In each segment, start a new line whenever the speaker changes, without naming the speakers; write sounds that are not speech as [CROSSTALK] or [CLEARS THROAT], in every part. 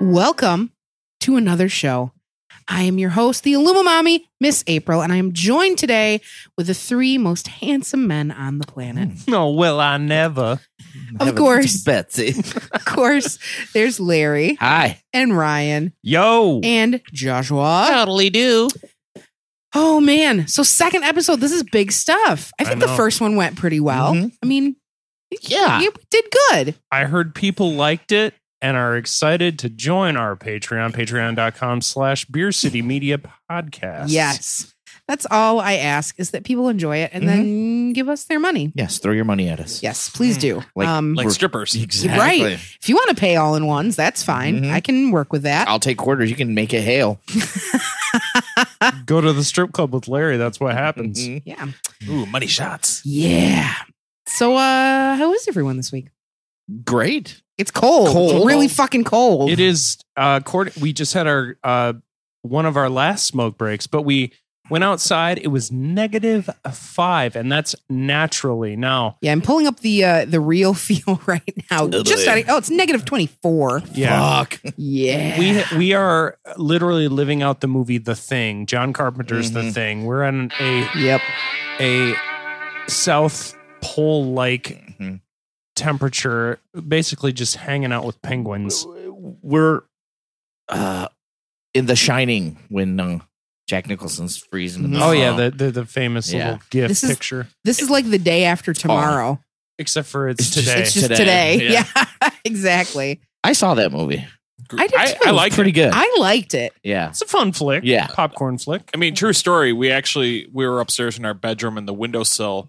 Welcome to another show. I am your host, the Illumamami, Miss April, and I am joined today with the three most handsome men on the planet.
No, will I never?
Of course.
Betsy.
Of course, there's Larry
Hi.
and Ryan
Yo,
and Joshua.
Totally do.
Oh man. So second episode, this is big stuff. I think the
know.
first one went pretty well.
Mhm.
I mean,
Yeah.
you did good.
I heard people liked it and are excited to join our Patreon, patreon.com slash Beer City Media Podcast.
Yes. That's all I ask is that people enjoy it and then give us their money.
Yes. Throw your money at us.
Yes, please do.
Like-
um
We're-
strippers.
Exactly.
Right. if you want to pay all in ones, that's fine.
Mhm.
I can work with that.
I'll take quarters. You can make it hail.
Go to the strip club with Larry. That's what happens.
Mhm.
yeah.
Ooh, money shots.
Yeah. So uh how is everyone this week?
Great.
It's cold. It's
Cold.
really fucking cold.
It is, uh, court- we just had our, uh, one of our last smoke breaks, but we went outside. It was negative five, and that's naturally. Now,
Yeah, I'm pulling up the uh the real [LAUGHS] feel right now.
Oh,
Just
boy.
out of, oh, it's negative twenty four.
yeah.
Fuck.
[LAUGHS] Yeah.
we we are literally living out the movie The Thing. John Carpenter's The
Mhm.
Thing. We're on a
yep.
a South Pole like
Mhm.
temperature, basically just hanging out with penguins.
We're uh, in The Shining when uh, Jack Nicholson's freezing. in the
Oh yeah,
snow.
the the, the famous
Mm-hmm. Yeah.
little gift
This is-
picture.
This is like the day after tomorrow.
Except for it's,
It's just-
today.
It's just today. [LAUGHS]
Today.
Yeah, exactly.
I saw that movie.
I did too.
I,
It's
like
pretty good.
I liked it.
yeah.
it's a fun flick.
Yeah.
popcorn flick.
I mean, true story. We actually we were upstairs in our bedroom in the windowsill,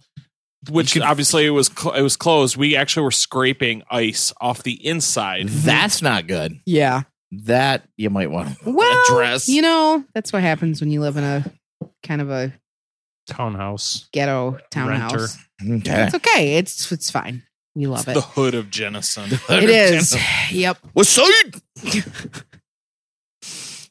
which obviously it was cl- it was closed. We actually were scraping ice off the inside.
Mm-hmm.
That's not good.
Yeah.
That you might want to
Well,
address.
you know, that's what happens when you live in a kind of a
Townhouse.
ghetto townhouse.
Renter.
okay.
It's okay. It's it's fine. We love
It's
it.
the hood of Jennison.
[LAUGHS]
it is. [LAUGHS] Yep.
What's [LAUGHS] side?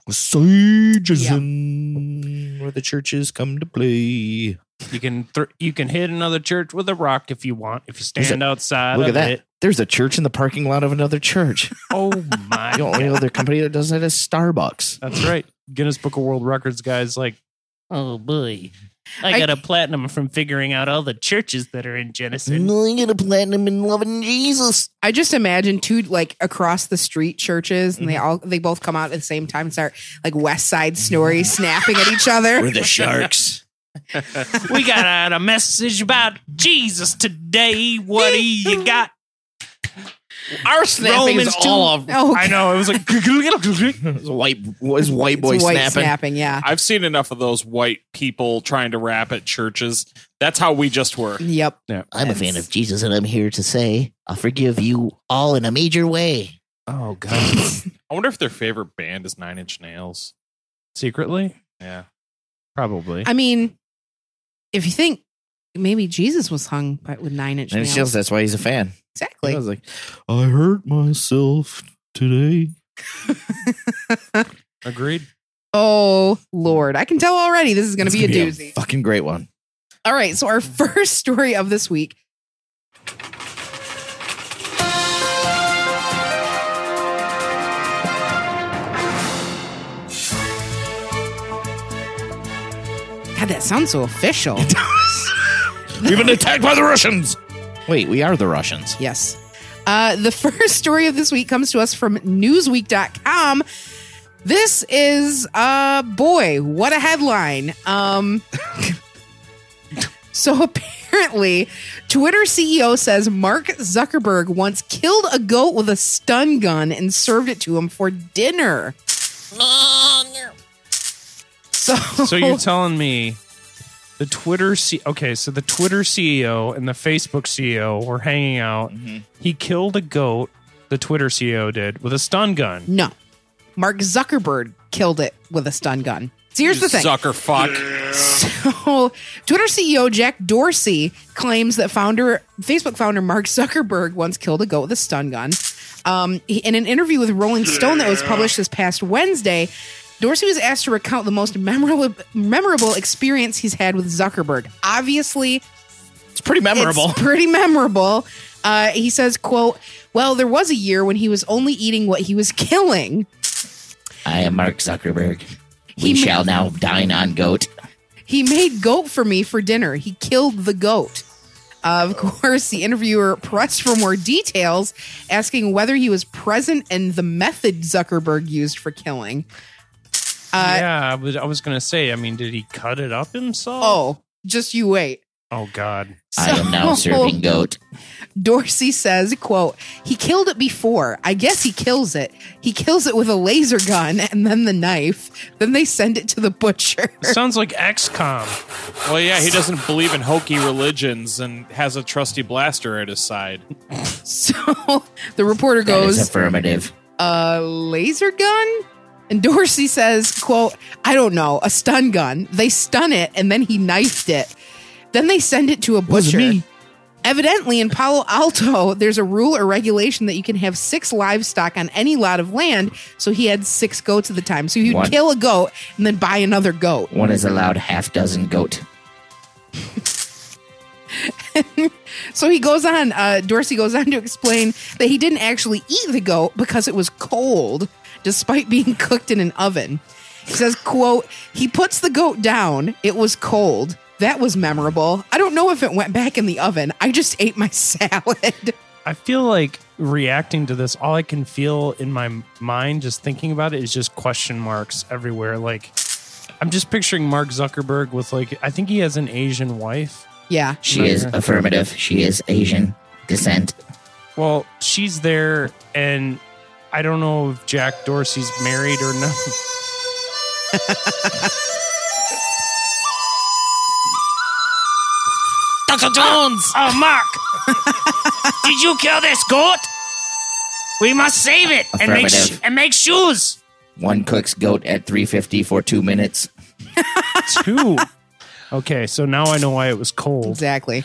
What's side is in where the churches come to play.
You can thr you can hit another church with a rock if you want. If you
Is
stand
it-
outside
Look
of
at that.
it.
There's a church in the parking lot of another church.
Oh
[LAUGHS] The
my!
only other company that does that is [LAUGHS] Starbucks.
That's right. Guinness Book of World Records guys like
Oh boy.
I-
I got a platinum from figuring out all the churches that are in Jenison.
I get a platinum in loving Jesus.
I just imagine two like across the street churches, and they all they both come out at the same time and start like West Side [LAUGHS] Snorri snapping at each other.
We're the sharks. [LAUGHS]
we got out a message about Jesus today. What do
[LAUGHS]
you got?
Our snapping
Romans
is all off.
Oh,
I know it was like
[LAUGHS]
It's white, it's white boy
it's white
snapping.
snapping. Yeah.
I've seen enough of those white people trying to rap at churches. That's how we just were.
[LAUGHS] Yep.
I'm a fan of Jesus, and I'm here to say I'll forgive you all in a major way.
oh god
I wonder if their favorite band is Nine Inch Nails.
secretly
Yeah,
probably
I mean, if you think maybe Jesus was hung by, with nine inch
And
nails,
it's just- that's why he's a fan.
exactly.
I was like, I hurt myself today.
agreed.
Oh Lord, I can tell already this is going to be
It's
a
gonna
doozy.
fucking great one.
All right, so our [LAUGHS] first story of this week. God, that sounds so official.
We've been attacked by the Russians. Wait, we are the Russians.
Yes. Uh, the [LAUGHS] first story of this week comes to us from Newsweek.com. This is, uh, boy, what a headline. Um, [LAUGHS] so apparently, Twitter CEO says Mark Zuckerberg once killed a goat with a stun gun and served it to him for dinner. So,
So you're telling me the Twitter C okay, so the Twitter CEO and the Facebook CEO were hanging out. He killed a goat, the Twitter CEO did, with a stun gun.
[LAUGHS] no, Mark Zuckerberg killed it with a stun gun. So here's the
You
thing.
sucker fuck.
So, Twitter CEO Jack Dorsey claims that founder Facebook founder Mark Zuckerberg once killed a goat with a stun gun. Um, he- in an interview with Rolling Stone that was published this past Wednesday, Dorsey was asked to recount the most memorable memorable experience he's had with Zuckerberg. Obviously,
It's pretty memorable.
it's pretty memorable. Uh, he says, "quote Well, there was a year when he was only eating what he was [LAUGHS] killing."
I am Mark Zuckerberg. We shall now dine on goat.
He made goat for me for dinner. He killed the goat. Of course, the interviewer pressed for more details, asking whether he was present and the method Zuckerberg used for killing. Uh,
yeah, I was, I was gonna say. I mean, did he cut it up himself?
Oh, just you wait.
Oh, God.
I am now
So- [LAUGHS]
serving goat.
Dorsey says, quote, he killed it before. I guess he kills it. He kills it with a laser gun and then the knife. Then they send it to the butcher. [LAUGHS]
Sounds like XCOM.
Well, yeah, he doesn't believe in hokey religions and has a trusty blaster at his side.
So the reporter
That is
goes,
affirmative.
a laser gun? And Dorsey says, quote, I don't know, a stun gun. They stun it and then he knifed it. Then they send it to a butcher. Evidently, in Palo Alto, there's a rule or regulation that you can have six livestock on any lot of land. So he had six goats at the time. So he'd
One.
kill a goat and then buy another goat.
One is allowed half dozen goat.
So he goes on, uh, Dorsey goes on to explain that he didn't actually eat the goat because it was cold, despite being [LAUGHS] cooked in an oven. He says, quote, he puts the goat down. It was cold. That was memorable. I don't know if it went back in the oven. I just ate my [LAUGHS] salad.
I feel like reacting to this, all I can feel in my mind just thinking about it is just question marks everywhere. Like, I'm just picturing Mark Zuckerberg with, like, I think he has an Asian wife.
yeah.
She is affirmative. She is Asian descent.
Well, she's there, and I don't know if Jack Dorsey's married or not.
Dr. Jones!
Oh, Mark!
Did you kill this goat? We must save it and make sh-
Affirmative.
and make shoes.
One cooks goat at 350 for two minutes.
Two. Okay, so now I know why it was cold.
Exactly.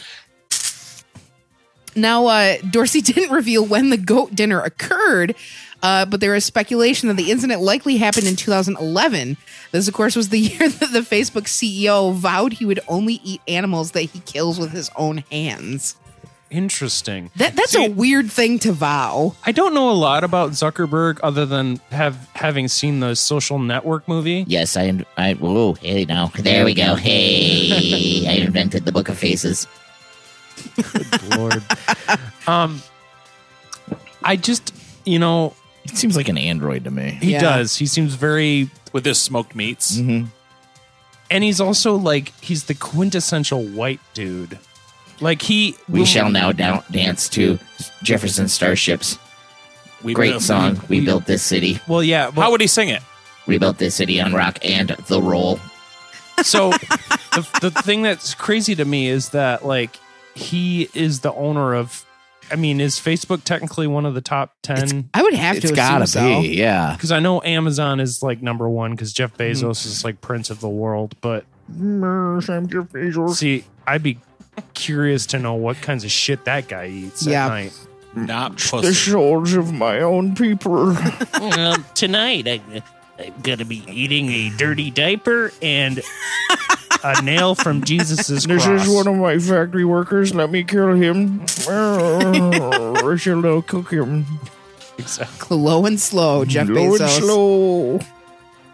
Now, uh, Dorsey [LAUGHS] didn't reveal when the goat dinner occurred, uh, but there is speculation that the incident likely happened in 2011. This, of course, was the [LAUGHS] year that the Facebook CEO vowed he would only eat animals that he kills with his own hands.
Interesting.
That, that's a weird thing to vow.
I don't know a lot about Zuckerberg other than have having seen the social network movie.
Yes, I. I. Whoa, hey now. There we go. Hey,
[LAUGHS]
I invented the book of faces.
Lord. [LAUGHS] um, I just, you know,
It seems like an android to me.
he
Yeah.
does. He seems very,
With his smoked meats.
Mm,
Mm-hmm.
and he's also like he's the quintessential white dude. Like he,
We shall now down, dance to Jefferson Starships.
We
Great
built-
song. We built this city.
Well, yeah. Well,
How would he sing it?
We built this city on rock and the roll. [LAUGHS]
so the, the thing that's crazy to me is that like he is the owner of. I mean, is Facebook technically one of the top ten?
I would have
It's
to
gotta
assume so.
be, yeah.
Because I know Amazon is like number one because Jeff
Mm-hmm.
Bezos is like prince of the world, but see, I'd be curious to know what kinds of shit that guy eats
Yeah.
at night.
Not pussy.
shores of my own [LAUGHS] people.
[LAUGHS] well, tonight I, I'm gonna be eating a dirty diaper and
A nail from Jesus's cross.
of my factory workers. Let me kill him. I [LAUGHS] shall now cook him.
Exactly.
Low and slow, Jeff Bezos.
slow.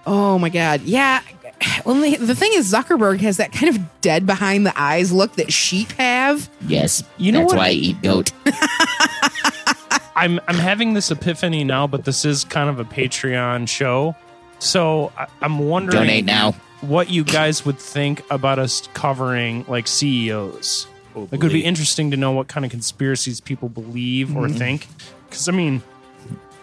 Oh my god. Yeah. Well, the the thing is, Zuckerberg has that kind of dead behind the eyes look that sheep have.
Yes,
You know
that's
what?
why I eat goat.
I'm I'm having this epiphany now, but this is kind of a Patreon show, so I, I'm wondering
Donate now.
what you guys would think about us covering like CEOs.
Oh,
Like, it would be interesting to know what kind of conspiracies people believe or think. Because I mean,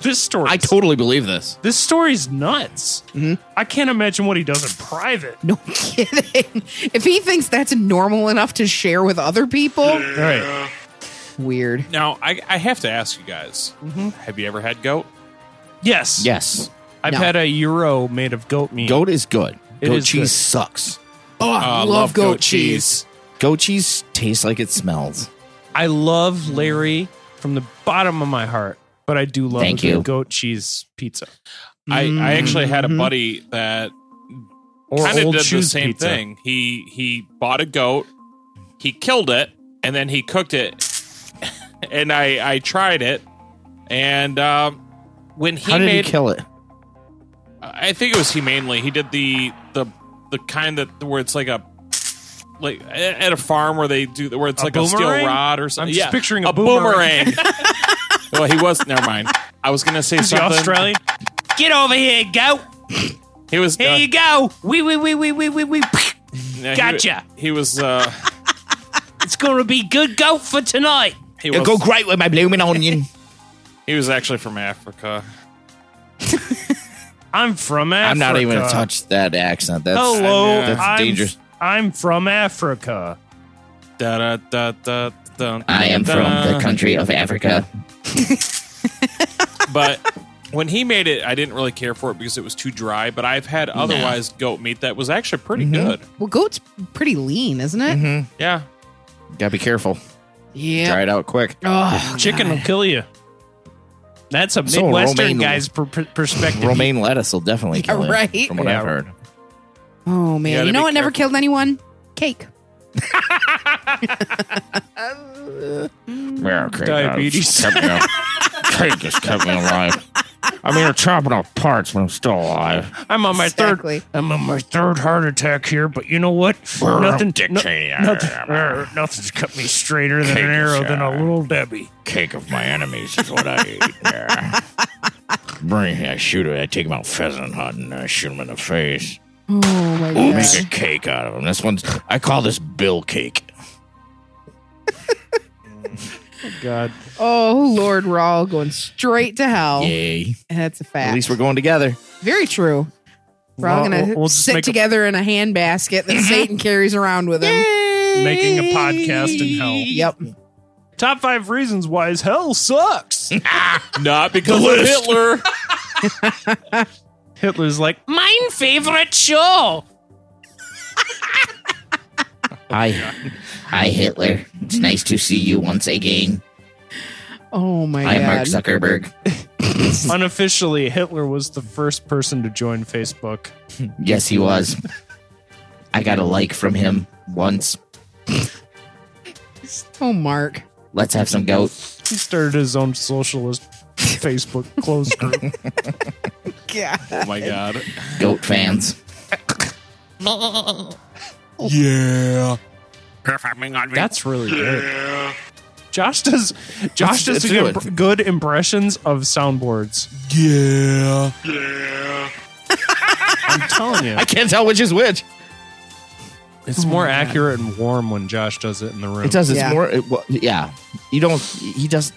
this story,
I totally believe
[LAUGHS]
this.
this story's nuts.
Mm-hmm.
I can't imagine what he does in private.
No [LAUGHS] kidding. If he thinks that's normal enough to share with other people,
All right,
weird.
Now, I, I have to ask you guys have you ever had goat?
yes,
Yes.
I've
No.
had a euro made of goat meat.
Goat is good.
It
goat
is
cheese
good.
sucks.
Oh, I
Uh,
love, goat, cheese.
Goat cheese tastes like it smells.
I love Larry from the bottom of my heart, but I do love
Thank
a good
you.
goat cheese pizza
I, I actually had a buddy that
or
kind of
old
did the
shoes
same
pizza.
thing. He he bought a goat, he killed it, and then he cooked it. [LAUGHS] and I I tried it, and um, when he
How did
made
he kill it?
I I think it was humanely. He did the the the kind that where it's like a like a- at a farm where they do where it's
A
like a steel
boomerang?
rod or something.
I'm just
Yeah,
picturing a
boomerang.
[LAUGHS]
well, he was. Never mind. I was gonna say
The
something.
Australian.
Get over here, go.
He was.
Here
uh,
you go. Wee, wee, wee, wee, wee, wee, wee.
yeah, he-
Gotcha.
He, was. Uh,
It's going to be good go for tonight.
he
It'll
was.
go great with my
[LAUGHS]
blooming onion.
He was actually from Africa.
I'm from Africa. Oh,
I'm not even gonna touch that accent. That's
Hello,
That's
I'm,
dangerous.
I'm from Africa.
Da da da da. dun,
I am
da.
from the country of Africa.
[LAUGHS] but when he made it, I didn't really care for it because it was too dry. But I've had otherwise goat meat that was actually pretty good.
Well, goat's pretty lean, isn't it?
Yeah,
gotta be careful. Try
Yeah.
it out quick.
Oh,
Chicken will kill you. That's a
So
Midwestern
romaine-
guy's per- per- perspective.
Romaine lettuce will definitely kill
Yeah,
you,
right.
From what
Yeah.
I've heard.
Oh man,
gotta
you, know
be
what never
careful.
killed anyone? Cake.
Yeah, okay,
Diabetes.
that's kept [LAUGHS] me- Cake has kept me alive. I mean, they're chopping off parts when I'm still alive.
I'm on my
Exactly.
third. I'm on my third heart attack here, but you know what?
Nothing,
Nothing.
Dick
no-
Cheney.
nothing. er, nothing's cut me straighter than
Cake
an
is
arrow than a
shy.
little Debbie.
Cake of my enemies is what I eat. Yeah. Bring me a shooter. I take him out pheasant hunting. I shoot him in the face.
Oh my
Ooh,
gosh.
Make a cake out of him. This one's. I call this Bill Cake.
God.
Oh Lord, we're all going straight to hell.
Yay!
That's a fact.
At least we're going together.
Very true. We're all
Well,
gonna
we'll- we'll just
sit
make a-
together in a hand basket that Satan carries around with him.
Making a podcast in hell.
Yep.
Top five reasons why is hell sucks.
not [LAUGHS] because of Hitler.
Hitler's like,
Mine favorite show.
I, hi Hitler. It's nice to see you once again.
Oh my
I am Mark
god.
Zuckerberg.
[LAUGHS] mm, unofficially, Hitler was the first person to join Facebook.
Yes, he was. I got a like from him once.
oh Mark.
Let's have some goat.
He started his own socialist Facebook closed group.
Yeah.
Oh my god.
Goat fans.
Yeah.
That's really good. Josh does. Josh
Let's-
does
let's do
good, good impressions of soundboards.
Yeah.
I'm telling you,
I can't tell which is which.
it's more accurate and warm when Josh does it in the room.
It does. It's
Yeah.
more. It, well, yeah, you don't. He does.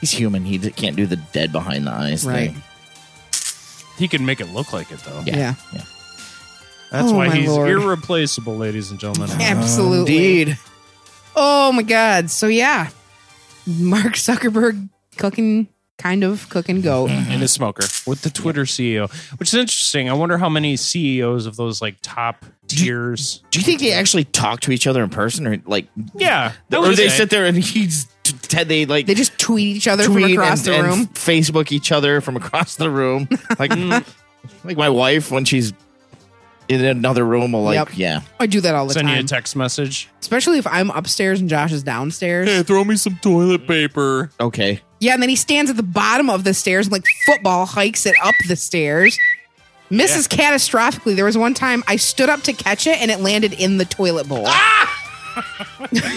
He's human. He d- can't do the dead behind the eyes
Right.
thing.
He can make it look like it though.
Yeah.
That's
Oh,
why
my
he's
lord.
irreplaceable, ladies and gentlemen.
Absolutely.
Indeed.
Oh my god. So yeah. Mark Zuckerberg cooking kind of cooking goat.
Mm-hmm.
And a smoker.
With the Twitter CEO, which is interesting. I wonder how many CEOs of those like top tiers.
Do you think they actually talk to each other in person, or like,
Yeah,
or they sit there and he's t- t- they like
They just tweet each other from
tweet
across
and,
the
and
room.
Facebook each other from across the room, like like my wife when she's in another room will like
Yep.
yeah
I do that all the
send you a
time.
text message.
Especially if I'm upstairs and Josh is downstairs.
[LAUGHS] Hey, throw me some toilet paper.
okay
Yeah, and then he stands at the bottom of the stairs and like football hikes it up the stairs. Misses catastrophically. There was one time I stood up to catch it and it landed in the toilet bowl.
Ah!
[LAUGHS]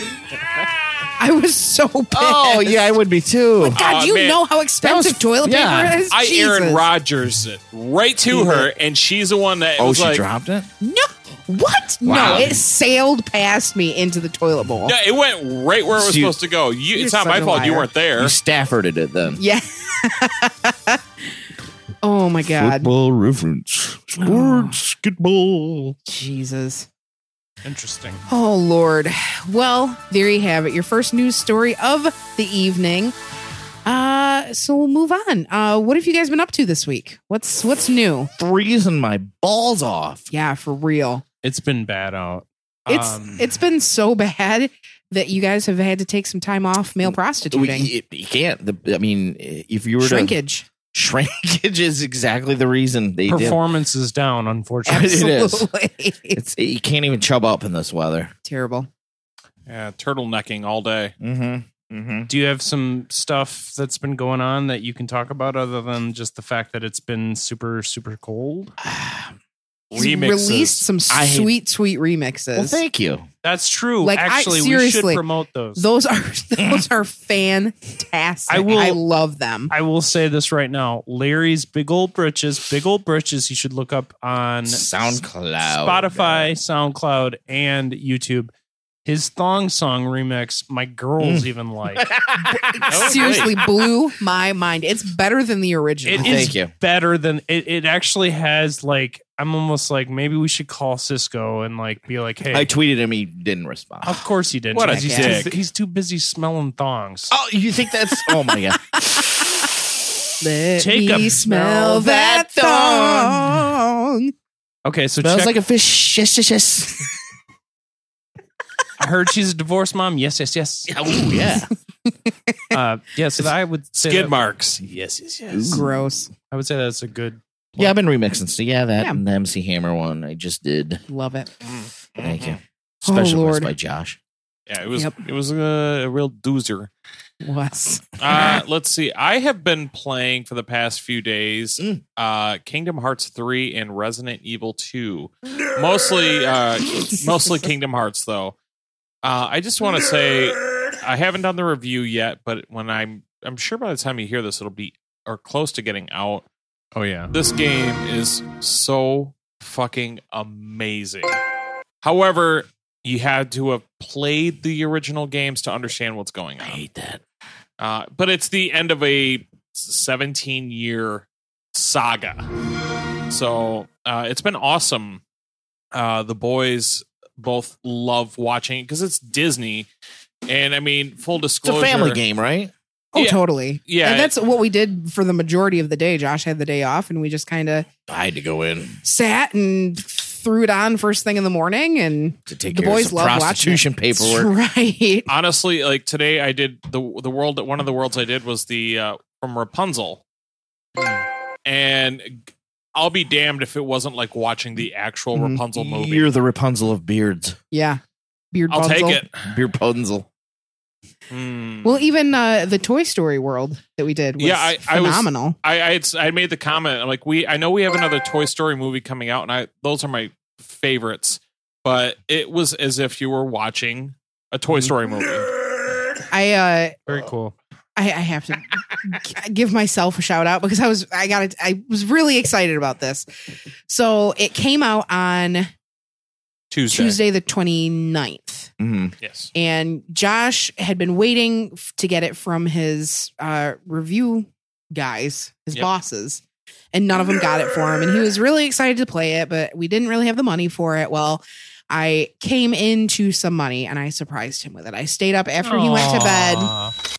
I was so pissed.
oh yeah I would be [LAUGHS] too
God,
Aw,
do you
man.
know how expensive toilet
yeah.
paper is?
I Aaron
Jesus.
Rodgers it right to her, and she's the one that
oh
was
she
like,
dropped it
No. What?
Wow.
No, it sailed past me into the toilet bowl.
Yeah, it went right where it was
You-
supposed to go. You,
you're
it's not
such
my
a
fault you
liar.
weren't there.
you Stafforded it then
Yeah. [LAUGHS] oh my God.
football reference sports football
Jesus.
Interesting.
Oh, Lord. Well, there you have it. Your first news story of the evening. Uh, so we'll move on. Uh, what have you guys been up to this week? What's what's new?
freezing my balls off
Yeah, for real.
It's been bad out.
It's
Um,
it's been so bad that you guys have had to take some time off male
We-
prostituting.
you you can't the, I mean
[LAUGHS]
if you were to
Shrinkage.
shrinkage is exactly the reason they did
performance is down. Unfortunately,
It is.
Absolutely.
it's you can't even chub up in this weather
Terrible.
Yeah, turtlenecking all day.
mm-hmm Mm-hmm.
Do you have some stuff that's been going on that you can talk about other than just the fact that it's been super, super cold?
He's released some
I-
sweet, sweet remixes.
Well, thank you.
That's true.
Like, I-
Actually, we should
seriously,
promote those.
those are [LAUGHS] those are fantastic.
I
I,
will-
love them.
I will say this right now. Larry's Big Old Britches, Big Old Britches, you should look up on
oh,
SoundCloud,
Spotify, SoundCloud, and YouTube. His Thong Song remix, my girls even like.
Seriously, blew my mind. It's better than the original.
It
Thank
is
you.
better than it, it actually has like I'm almost like maybe we should call Cisco and like be like, hey,
I tweeted him. He didn't respond.
of course he didn't.
What a
he's,
dick.
too, he's too busy smelling thongs.
Oh, you think that's? Oh my [LAUGHS] god!
Let
Take
me
a-
smell that thong.
Okay, so
Smells
check,
like a fish. Yes, yes, yes.
I heard she's a divorced mom. Yes, yes,
[LAUGHS]
yes.
oh yeah.
Uh, yeah, so I would say
Skid
that-
marks. Yes, yes,
[LAUGHS]
yes.
Gross.
I would say that's a good.
Yeah, I've been remixing. So yeah, that
Yeah.
and the MC Hammer one I just did.
Love it.
Thank you.
Oh,
Special request
Lord.
by Josh.
Yeah, it was
Yep.
it was uh, a real doozer.
Was
Uh, let's see. I have been playing for the past few days
Mm.
uh, Kingdom Hearts 3 and Resident Evil 2. Mostly uh, mostly Kingdom Hearts though. Uh, I just want to say I haven't done the review yet, but when I'm I'm sure by the time you hear this it'll be or close to getting out.
Oh yeah,
This game is so fucking amazing. However, you had to have played the original games to understand what's going
I
on.
hate that.
Uh, but it's the end of a 17 year saga. So uh, it's been awesome. Uh, the boys both love watching it because it's Disney. And I mean, full
It's
disclosure.
a family game, right?
oh
Yeah.
totally
Yeah.
And that's what we did for the majority of the day. Josh had the day off, and we just kind of
I had to go in
sat and threw it on first thing in the morning. And
to take
The
care
boys
of some
love watching
prostitution paperwork.
[LAUGHS] right,
Honestly, like today, I did the the world that one of the worlds I did was the uh, from Rapunzel, and I'll be damned if it wasn't like watching the actual
Mm-hmm.
Mhm.
Rapunzel movie.
You're the Rapunzel of beards.
yeah, beard.
I'll
puzzle.
take it.
Beard Punzel.
Hmm.
Well, even uh, the Toy Story world that we did was
Yeah, I- I was-
phenomenal.
I I, had, s- I made the comment I'm like we I know we have another Toy Story movie coming out, and I those are my favorites. But it was as if you were watching a
Mm.
Toy Story movie.
I, uh,
very cool.
I I have to [LAUGHS] g- give myself a shout out because I was I got it. I was really excited about this. So it came out on
Tuesday.
Tuesday the 29th.
Mm.
Yes.
and Josh had been waiting f- to get it from his uh, review guys, his
Yep.
bosses, and none of them got it for him. And he was really excited to play it, but we didn't really have the money for it. Well, I came into some money and I surprised him with it. I stayed up after he went to bed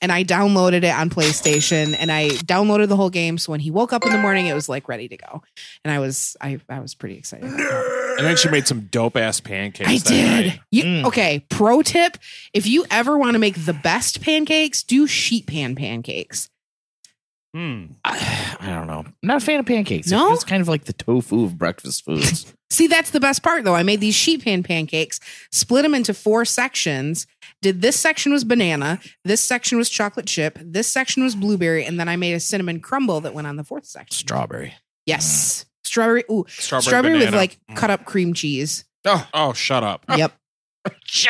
and I downloaded it on PlayStation and I downloaded the whole game. So when he woke up in the morning, it was like ready to go. And I was I I was pretty excited. about that.
And then she made some dope ass pancakes.
I
that
did.
night.
You-
Mm.
Okay. Pro tip: If you ever want to make the best pancakes, do sheet pan pancakes.
Hmm.
I I don't know. I'm not a fan of pancakes.
No?
It's kind of like the tofu of breakfast foods.
See, that's the best part, though. I made these sheet pan pancakes, split them into four sections. Did this section was banana, this section was chocolate chip, this section was blueberry, and then I made a cinnamon crumble that went on the fourth section.
[LAUGHS] Strawberry.
Yes, strawberry. Ooh,
Mm. Strawberry,
strawberry with
banana.
like Ah.
Mm.
cut up cream cheese. [LAUGHS]
Oh, oh, shut up.
Yep.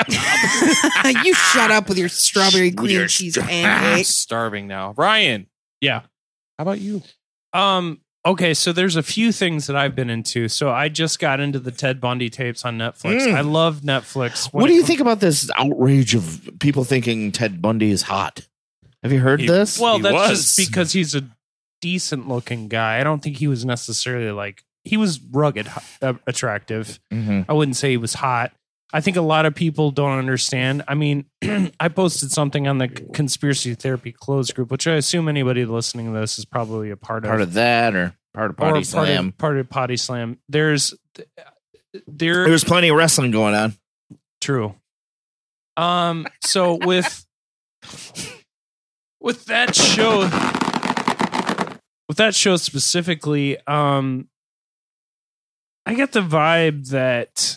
you shut up with your
[LAUGHS]
strawberry cream
your
cheese
stra-
I'm [LAUGHS]
pancakes.
starving now. Ryan.
Yeah.
How about you?
Um. Okay. So there's a few things that I've been into. So I just got into the Ted Bundy tapes on Netflix.
Mm.
I love Netflix.
What,
When
do
it
you
comes-
think about this outrage of people thinking Ted Bundy is hot? Have you heard
He-
this?
Well,
He
that's
was.
just because he's a decent looking guy. I don't think he was necessarily like he was rugged, h- uh, attractive.
Mhm.
I wouldn't say he was hot. I think a lot of people don't understand. I mean, [CLEARS THROAT] I posted something on the c- conspiracy therapy closed group, which I assume anybody listening to this is probably a part of.
part of that or part of
or
Potty
part
Slam.
Of, part of potty slam. There's th- uh, there
There's plenty of wrestling going on.
True. Um. So with with that show, with that show specifically, um, I get the vibe that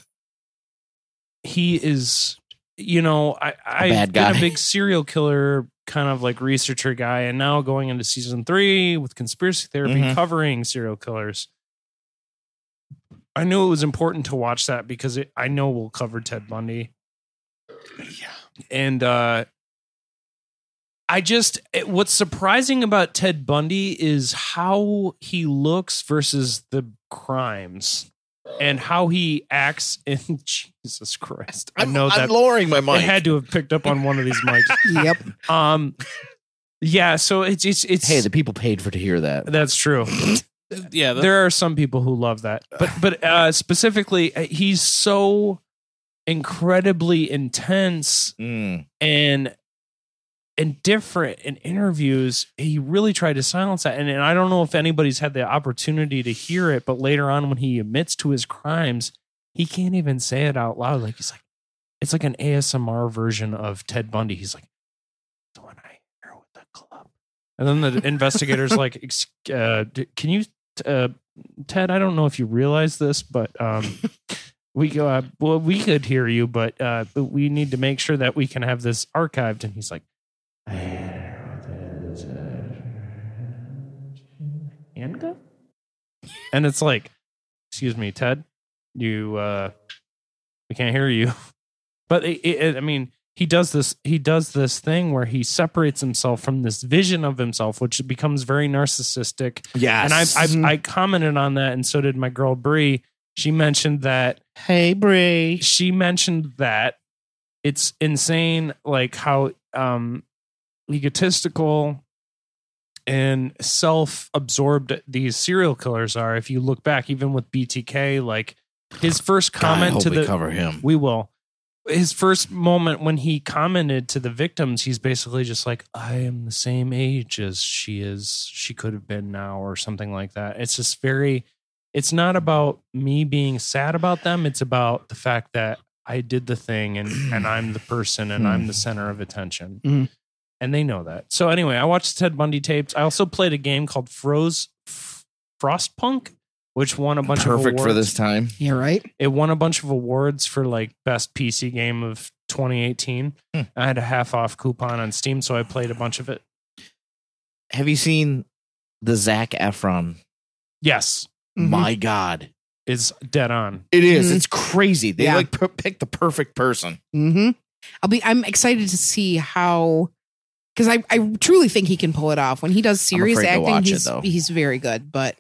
he is, you know, I, I've
bad
been
guy.
a big serial killer kind of like researcher guy, and now going into season three with conspiracy therapy
Mhm.
covering serial killers. I knew it was important to watch that because it, I know we'll cover Ted Bundy. Yeah. And uh, I just, it- what's surprising about Ted Bundy is how he looks versus the crimes and how he acts in [LAUGHS] Jesus Christ. I know
I'm
that
lowering my
I
mic.
had to have picked up on one of these
[LAUGHS]
mics.
yep.
Um, yeah. So it's it's it's
Hey, the people paid for to hear that.
that's true.
Yeah, that's
There are some people who love that, but but uh, specifically, uh, he's so incredibly intense
Mm.
and and different in interviews. He really tried to silence that, and, and I don't know if anybody's had the opportunity to hear it. But later on, when he admits to his crimes, he can't even say it out loud. Like he's like, it's like an ASMR version of Ted Bundy. He's like, the one I hear with the club. And then the investigator's like, "Ex- uh, d- can you, uh, Ted? I don't know if you realize this, but um, we go. Uh, well, we could hear you, but uh, but we need to make sure that we can have this archived. And he's like. Handgun? And it's like, excuse me, Ted, you uh we can't hear you [LAUGHS] but it, it, it- i mean he does this he does this thing where he separates himself from this vision of himself which becomes very narcissistic
Yes.
and I, I i commented on that and so did my girl Bree. she mentioned that
hey, Bray.
she mentioned that it's insane like how um egotistical and self-absorbed these serial killers are if you look back even with btk like his first
God, I
comment
hope
to
we
the
cover him.
we will Um, his first moment when he commented to the victims he's basically just like i am the same age as she is she could have been now or something like that it's just very it's not about me being sad about them it's about the fact that i did the thing
[CLEARS THROAT]
and and i'm the person and i'm the center of attention
Mm-hmm.
Mm.
and they know that so anyway i watched ted bundy tapes i also played a game called froze F- frostpunk which won a bunch of
Perfect
awards
for this time.
You're right.
it won a bunch of awards for like best PC game of 2018.
Hmm.
I had a half off coupon on Steam, so I played a bunch of it.
Have you seen the Zach Efron?
Yes,
Mhm.
My God. Mm-hmm.
it's dead on.
It is.
Mhm.
It's crazy. They
Yeah.
like per- picked the perfect person.
hmm I'll be. I'm excited to see how, because I I truly think he can pull it off. When he does serious
afraid to
acting,
watch it,
he's
though.
he's very good. But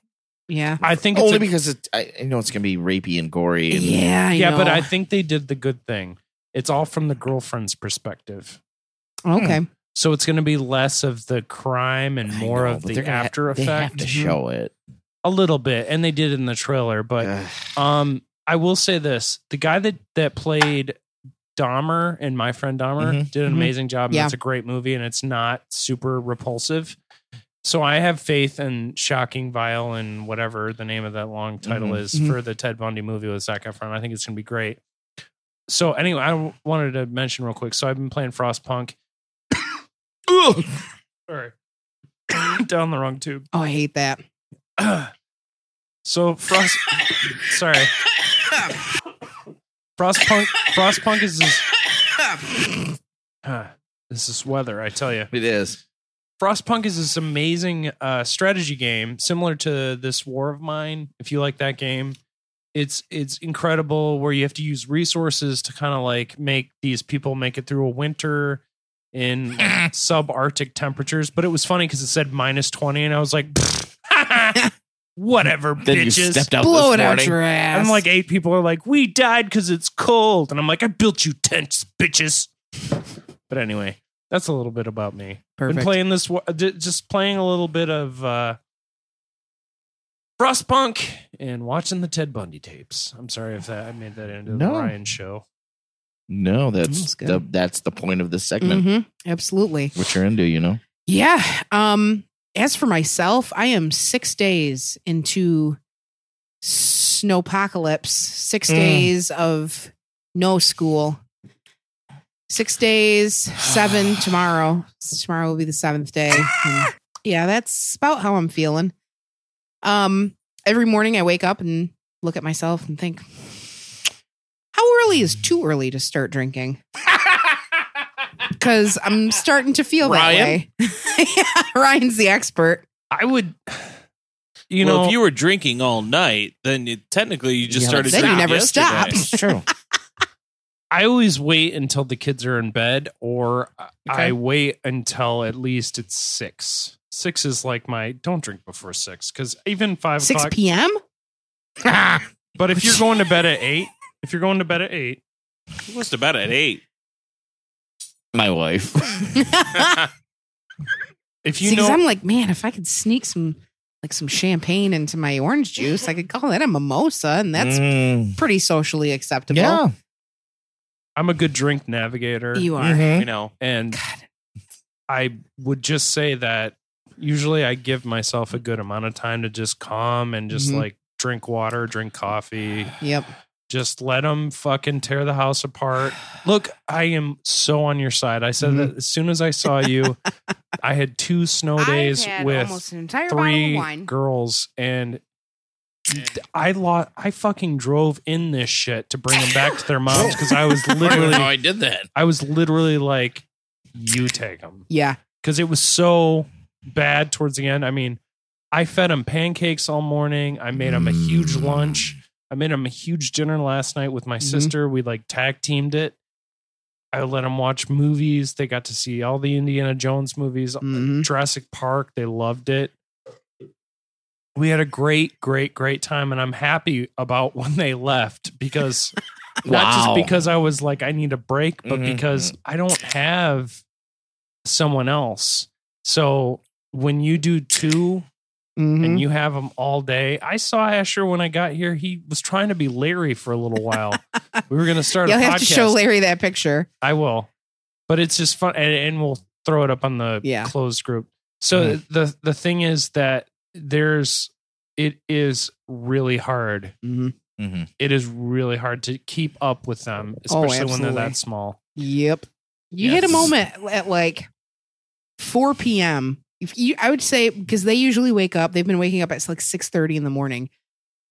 yeah,
I think it's
Only
a-
because it, I, I know it's going to be rapey and gory. And
yeah, I
yeah, but
know.
I think they did the good thing. It's all from the girlfriend's perspective.
okay.
Hmm.
So it's going to be less of the crime and
I
more
know,
of
but
the
they're gonna ha-
after
They have
effect.
to show it.
a little bit, and they did in the trailer. But
Ugh.
um, I will say this: the guy that that played Dahmer and My Friend Dahmer
Mhm.
did an
Mhm.
amazing job. And
Yeah.
It's a great movie, and it's not super repulsive. So I have faith in Shocking Vile and whatever the name of that long title
Mhm.
is
Mhm.
for the Ted Bundy movie with Zac Efron. I think it's going to be great. So anyway, I w- wanted to mention real quick. So I've been playing Frostpunk. [COUGHS] Sorry. [COUGHS] Down the wrong tube.
Oh, I hate that.
[CLEARS THROAT] so Frost sorry. Frostpunk Frostpunk is this Ah, [SIGHS] this is weather, I tell you.
It is.
Frostpunk is this amazing uh, strategy game, similar to this War of Mine. If you like that game, it's it's incredible. Where you have to use resources to kind of like make these people make it through a winter
[LAUGHS]
in like, subarctic temperatures. But it was funny because it said minus twenty, and I was like, [LAUGHS] whatever,
[LAUGHS] Then you
bitches.
stepped out
Blow
this
it out
morning.
your ass.
And like eight people are like, we died because it's cold. And I'm like, I built you tents, bitches. But anyway, that's a little bit about me.
perfect.
Been playing this, wa- ju- just playing a little bit of uh, Frostpunk and watching the Ted Bundy tapes. I'm sorry if that I made that into
No.
the Ryan show.
No,
That's
that's
good.
the, that's the point of this segment.
Mhm. Absolutely.
Mm-hmm.
What you're into, you know.
Yeah. Um, as for myself, I am six days into snowpocalypse, six
Mm.
days of no school, six days, seven tomorrow. Tomorrow will be the seventh day. And yeah, that's about how I'm feeling. Um, every morning I wake up and look at myself and think, how early is too early to start drinking? because I'm starting to feel
Ryan?
that way. [LAUGHS] yeah, Ryan's the expert.
I would, you
well,
know,
if you were drinking all night, then it, technically you just
Yeah,
started.
but then you
drinking
never
yesterday.
stopped.
[LAUGHS]
[LAUGHS]
It's true.
I always wait until the kids are in bed, or I-
Okay.
I wait until at least it's six. Six is like my don't drink before six because even five
6 [LAUGHS]
o'clock.
p.m.
But
[LAUGHS]
if you're going to bed at eight, if you're going to bed at eight,
It was about at eight.
My wife.
if you
See, 'cause
know,
I'm like, man, if I could sneak some like some champagne into my orange juice, I could call that a mimosa, and that's
Mm,
pretty socially acceptable.
yeah.
I'm a good drink navigator,
You are.
Mhm.
You know,
and I would just say that usually I give myself a good amount of time to just calm and just
Mhm.
like drink water, drink coffee,
Yep.
just let them fucking tear the house apart. Look, I am so on your side. I said that as soon as I saw you, I had two snow days with
an entire
three girls and I lost. I fucking drove in this shit to bring them back to their moms because I was
Hmm.
I don't know how
literally,
I did that.
I was literally like, "You take them,"
Yeah.
because it was so bad towards the end. I mean, I fed them pancakes all morning. I made them a huge lunch. I made them a huge dinner last night with my sister. We like tag teamed it. I let them watch movies. They got to see all the Indiana Jones movies,
Mhm.
Jurassic Park. They loved it. We had a great, great, great time, and I'm happy about [LAUGHS] when they left
[LAUGHS]
because not just
Wow.
because I was like, I need a break, but
Mm-hmm,
Mhm.
because I don't have someone else. So when you do 2
Mhm.
and you have them all day, I saw Asher when I got here. He was trying to be Larry for a
[LAUGHS]
little while. we were going to start
You'll
a
have
podcast.
to show Larry that picture.
I will. But it's just fun, and, and we'll throw it up on the
Yeah.
closed group. So the the thing is that there's it is really hard.
Mhm.
Mhm.
It is really hard to keep up with them,
Oh,
especially when they're
absolutely.
that small.
Yep. You hit a moment at like 4 p.m. If you, I would say because they usually wake up. They've been waking up at like 6:30 in the morning.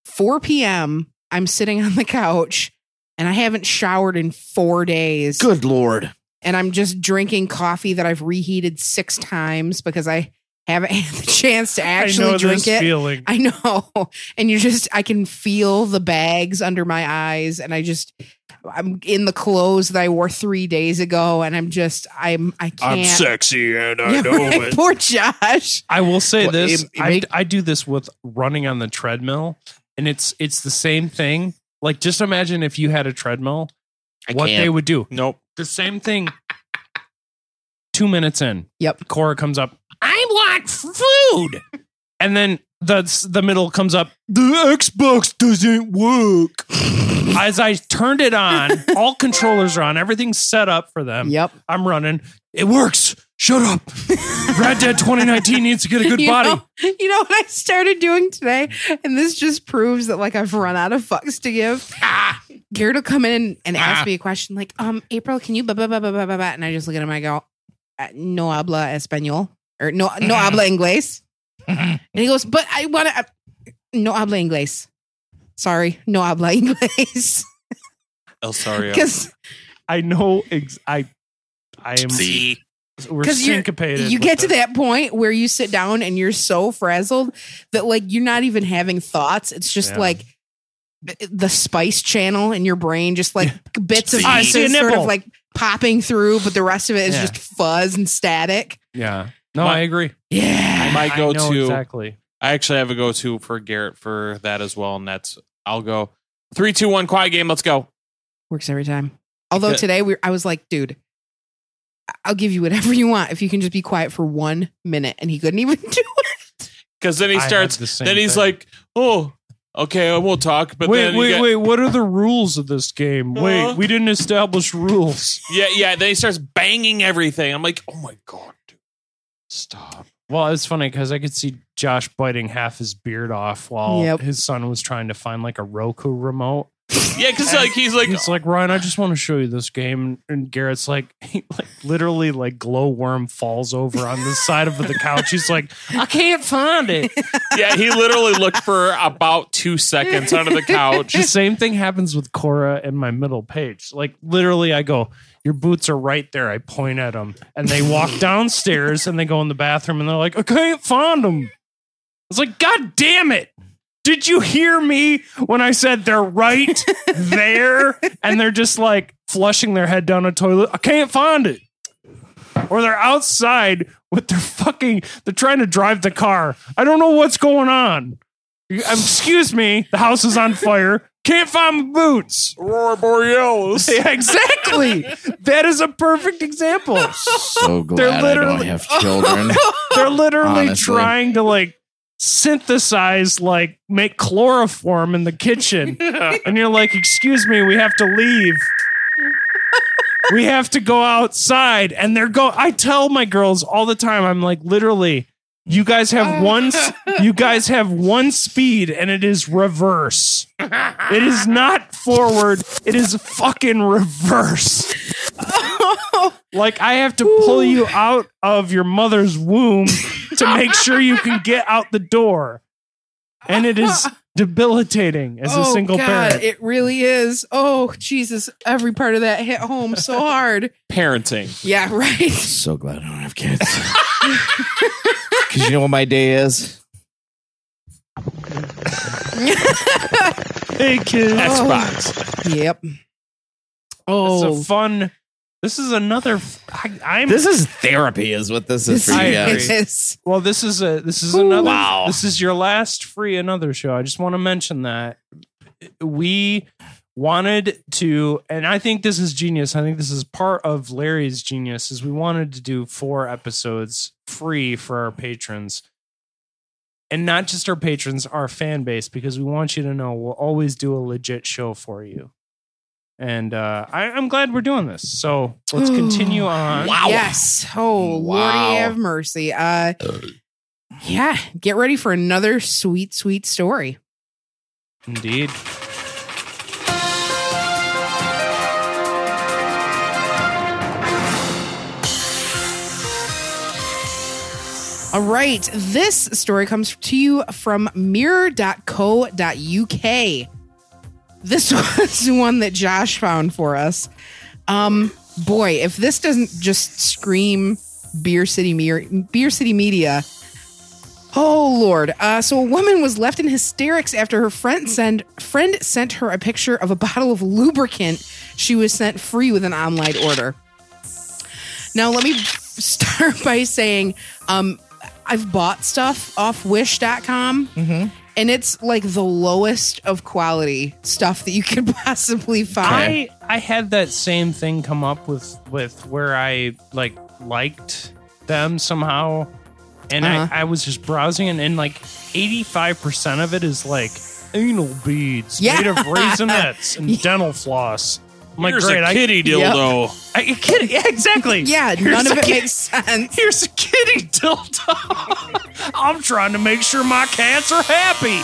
4 p.m. I'm sitting on the couch and I haven't showered in four days.
Good lord.
and I'm just drinking coffee that I've reheated six times because I haven't [LAUGHS] had the chance to actually
I know
drink
this
it.
feeling.
I know. [LAUGHS] And you're just, I can feel the bags under my eyes. And I just, I'm in the clothes that I wore three days ago. And I'm just, I'm, I can't.
I'm sexy and
[LAUGHS]
I
Yeah,
know
right?
it.
Poor Josh.
I will say
Well,
this:
it- it
I,
make-
I do this with running on the treadmill, and it's it's the same thing. Like just imagine if you had a treadmill,
I
what
can't.
they would do.
nope.
The same thing. Two minutes in,
Yep.
Cora comes up. I want food, and then the the middle comes up. The Xbox doesn't work. As I turned it
[LAUGHS]
on, all controllers are on. Everything's set up for
Um,
them.
Yep.
I'm running. It works. Shut
[LAUGHS]
up. Red Dead 2019 needs to get a good
you
body.
Know, [LAUGHS] you know what I started doing today? And this just proves that like I've run out of fucks to give.
Ah.
Garrett will come in and ask me a question like, um, April, can you blah, blah, blah, blah, blah, blah, blah. And I just look at him, I go, "Uh, no habla español or no,
Mm-hmm.
no habla inglés. and he goes, but I want to, no habla inglés. Sorry, no habla [LAUGHS] inglés. [LAUGHS]
El Sario.
Because
I know. Ex- I. I am. We're
'Cause you're-
syncopated.
you
with
get to
this.
that point where you sit down and you're so frazzled that like you're not even having thoughts. It's just
Yeah.
like th- the spice channel in your brain, just like [LAUGHS] bits of
Ah, I
pieces
see a
sort of
nipple.
like popping through, but the rest of it is
Yeah.
just fuzz and static.
Yeah. No, I
My-
agree.
Yeah.
My
I
go
know
to.
exactly.
I actually have a go to for Garrett for that as well, and that's I'll go three, two, one, quiet game. Let's go.
Works every time. Although
Good.
today we I was like, dude, I- I'll give you whatever you want if you can just be quiet for one minute. And he couldn't even [LAUGHS] do it.
Because then he
I had
starts.
the same
then he's
thing.
like, "Oh, okay, I won't talk." But
wait,
then you
wait,
get-
wait. What are the rules of this game?
Huh?
Wait, we didn't establish rules.
yeah, yeah. Then he starts banging everything. I'm like, "Oh my god, dude, stop!"
Well, it's funny because I could see Josh biting half his beard off while
Yep.
his son was trying to find like a Roku remote.
Yeah, because like he's like,
It's like Ryan, I just want to show you this game, and Garrett's like, [LAUGHS] he like literally like glowworm falls over on the side of the couch. He's like, I can't find it.
yeah, he literally looked for about two seconds under
[LAUGHS]
the couch.
the same thing happens with Cora and my middle page. Like literally, I go, "Your boots are right there." I point at them, and they walk downstairs and they go in the bathroom, and they're like, "I can't find them." It's like, "God damn it!" Did you hear me when I said they're right there? And they're just like flushing their head down a toilet. I can't find it. Or they're outside with their fucking, they're trying to drive the car. I don't know what's going on. um, Excuse me, the house is on fire. Can't find my boots.
Aurora Borealis.
Yeah, exactly. that is a perfect example.
[LAUGHS]
So
They're
glad I don't
literally-
have children.
They're literally
Honestly.
trying to like synthesize, like make chloroform in the kitchen. And you're like, excuse me, we have to leave. We have to go outside. And they're go I tell my girls all the time, I'm like, literally, you guys have one s- you guys have one speed and it is reverse. It is not forward, it is fucking reverse. Like I have to pull you out of your mother's womb to make sure you can get out the door. And it is debilitating [LAUGHS] as
Oh,
a single parent.
It really is. Oh, Jesus. Every part of that hit home so hard.
Parenting.
Yeah, [LAUGHS] right.
So glad I don't have kids. [LAUGHS] Because you know what my day is?
hey kids.
Xbox.
Oh, Yep.
It's a
Oh,
fun this is another f- I, am
This is therapy, is what this is for
I
you
agree.
guys.
yes.
well this is a this is another
Wow.
this is your last free another show. I just want to mention that we wanted to and I think this is genius. I think this is part of Larry's genius is we wanted to do four episodes free for our patrons. And not just our patrons, our fan base, because we want you to know we'll always do a legit show for you. And uh, I, I'm glad we're doing this. So let's continue on.
Yes. Oh, Lordy
Wow.
have mercy. Uh, yeah. Get ready for another sweet, sweet story.
Indeed.
All right. This story comes to you from mirror.co.uk. This [LAUGHS] was the one that Josh found for us. Um, boy, if this doesn't just scream Beer City Mir- Beer City Media. Oh Lord! Uh, so a woman was left in hysterics after her friend send friend sent her a picture of a bottle of lubricant she was sent free with an online order. Now let me start [LAUGHS] by saying, um, I've bought stuff off Wish.com, and it's like the lowest of quality stuff that you could [LAUGHS] possibly find.
I I had that same thing come up with with where I like liked them somehow, and
Uh-huh.
I, I was just browsing and, and like eighty five percent of it is like anal beads
Yeah.
made
[LAUGHS]
of raisinettes and dental floss. I'm like,
Here's
great,
a
I,
kitty dildo.
I, I kid, yeah,
[LAUGHS]
exactly.
Yeah,
Here's
none of
a
it
kid-
makes sense.
[LAUGHS] Here's a kitty dildo. [LAUGHS] I'm trying to make sure my cats are happy.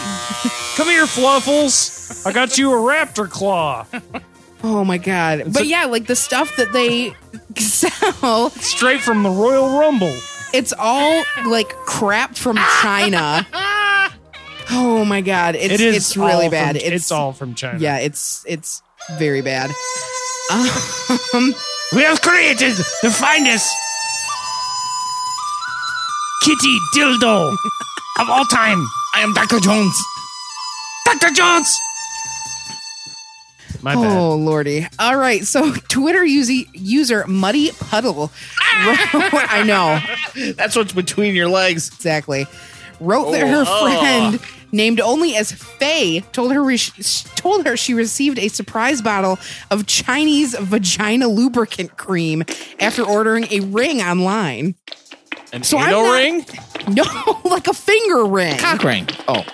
Come here, Fluffles. I got you a raptor claw.
Oh my god! But yeah, like the stuff that they [LAUGHS] sell,
Straight from the Royal Rumble.
it's all like crap from
[LAUGHS]
China. Oh my god! It's
It is.
it's really
all
bad.
From, it's, all from China.
yeah. It's it's very bad. Um,
We have created the finest kitty dildo of all time. I am Dr. Jones. Dr. Jones. My
oh lordy! All right, so [LAUGHS] Twitter user user Muddy Puddle.
Ah!
[LAUGHS] I know.
That's what's between your legs.
exactly. Wrote that her friend, named only as Faye, told her re- sh- told her she received a surprise bottle of Chinese vagina lubricant cream after ordering a ring online. [LAUGHS]
An
So I'm
anal
not-
ring?
No, like a finger ring,
Cock ring. Oh,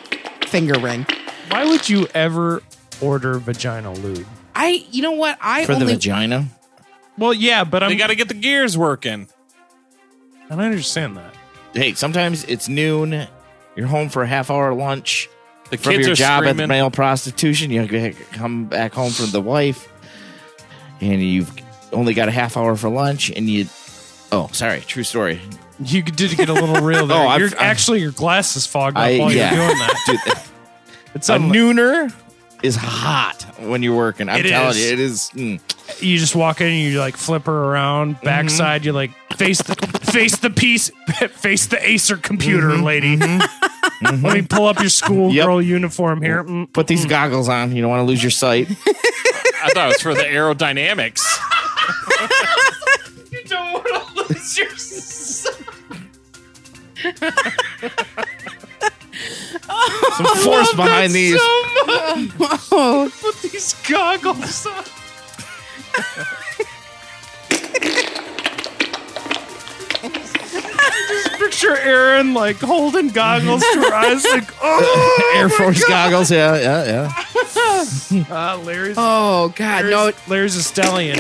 finger ring.
bad. Why would you ever order vagina lube?
I, you know what? I
for the
only
vagina?
Well, yeah, but I'm,
They got to get the gears working.
I don't understand that.
Hey, sometimes it's noon. You're home for a half hour lunch.
The
from
kids
your
are
job at
screaming.
male prostitution. You g- come back home from the wife, and you've only got a half hour for lunch, and you. Oh, sorry. True story.
You did get a little real there.
Oh, I've-
You're,
I've-
actually, your glasses fogged up
I-
while
yeah.
you're doing that. [LAUGHS]
Dude, [LAUGHS]
It's
a
un-
nooner is hot when you're working. I'm
It
telling
is.
you, it is. mm.
you just walk in and you like flip her around backside. You like face the face the piece, [LAUGHS] face the Acer computer, lady. [LAUGHS] Let me pull up your schoolgirl uniform here. Mm.
Put these goggles on. You don't want to lose
[LAUGHS]
your sight.
I thought it was for the aerodynamics.
Some force behind these.
Oh,
These goggles. on. I just Mm. picture Aaron like holding goggles to her eyes, like oh,
Air Force goggles. Yeah, yeah, yeah.
Ah, Larry's.
oh God, no!
Larry's- Larry's a stallion.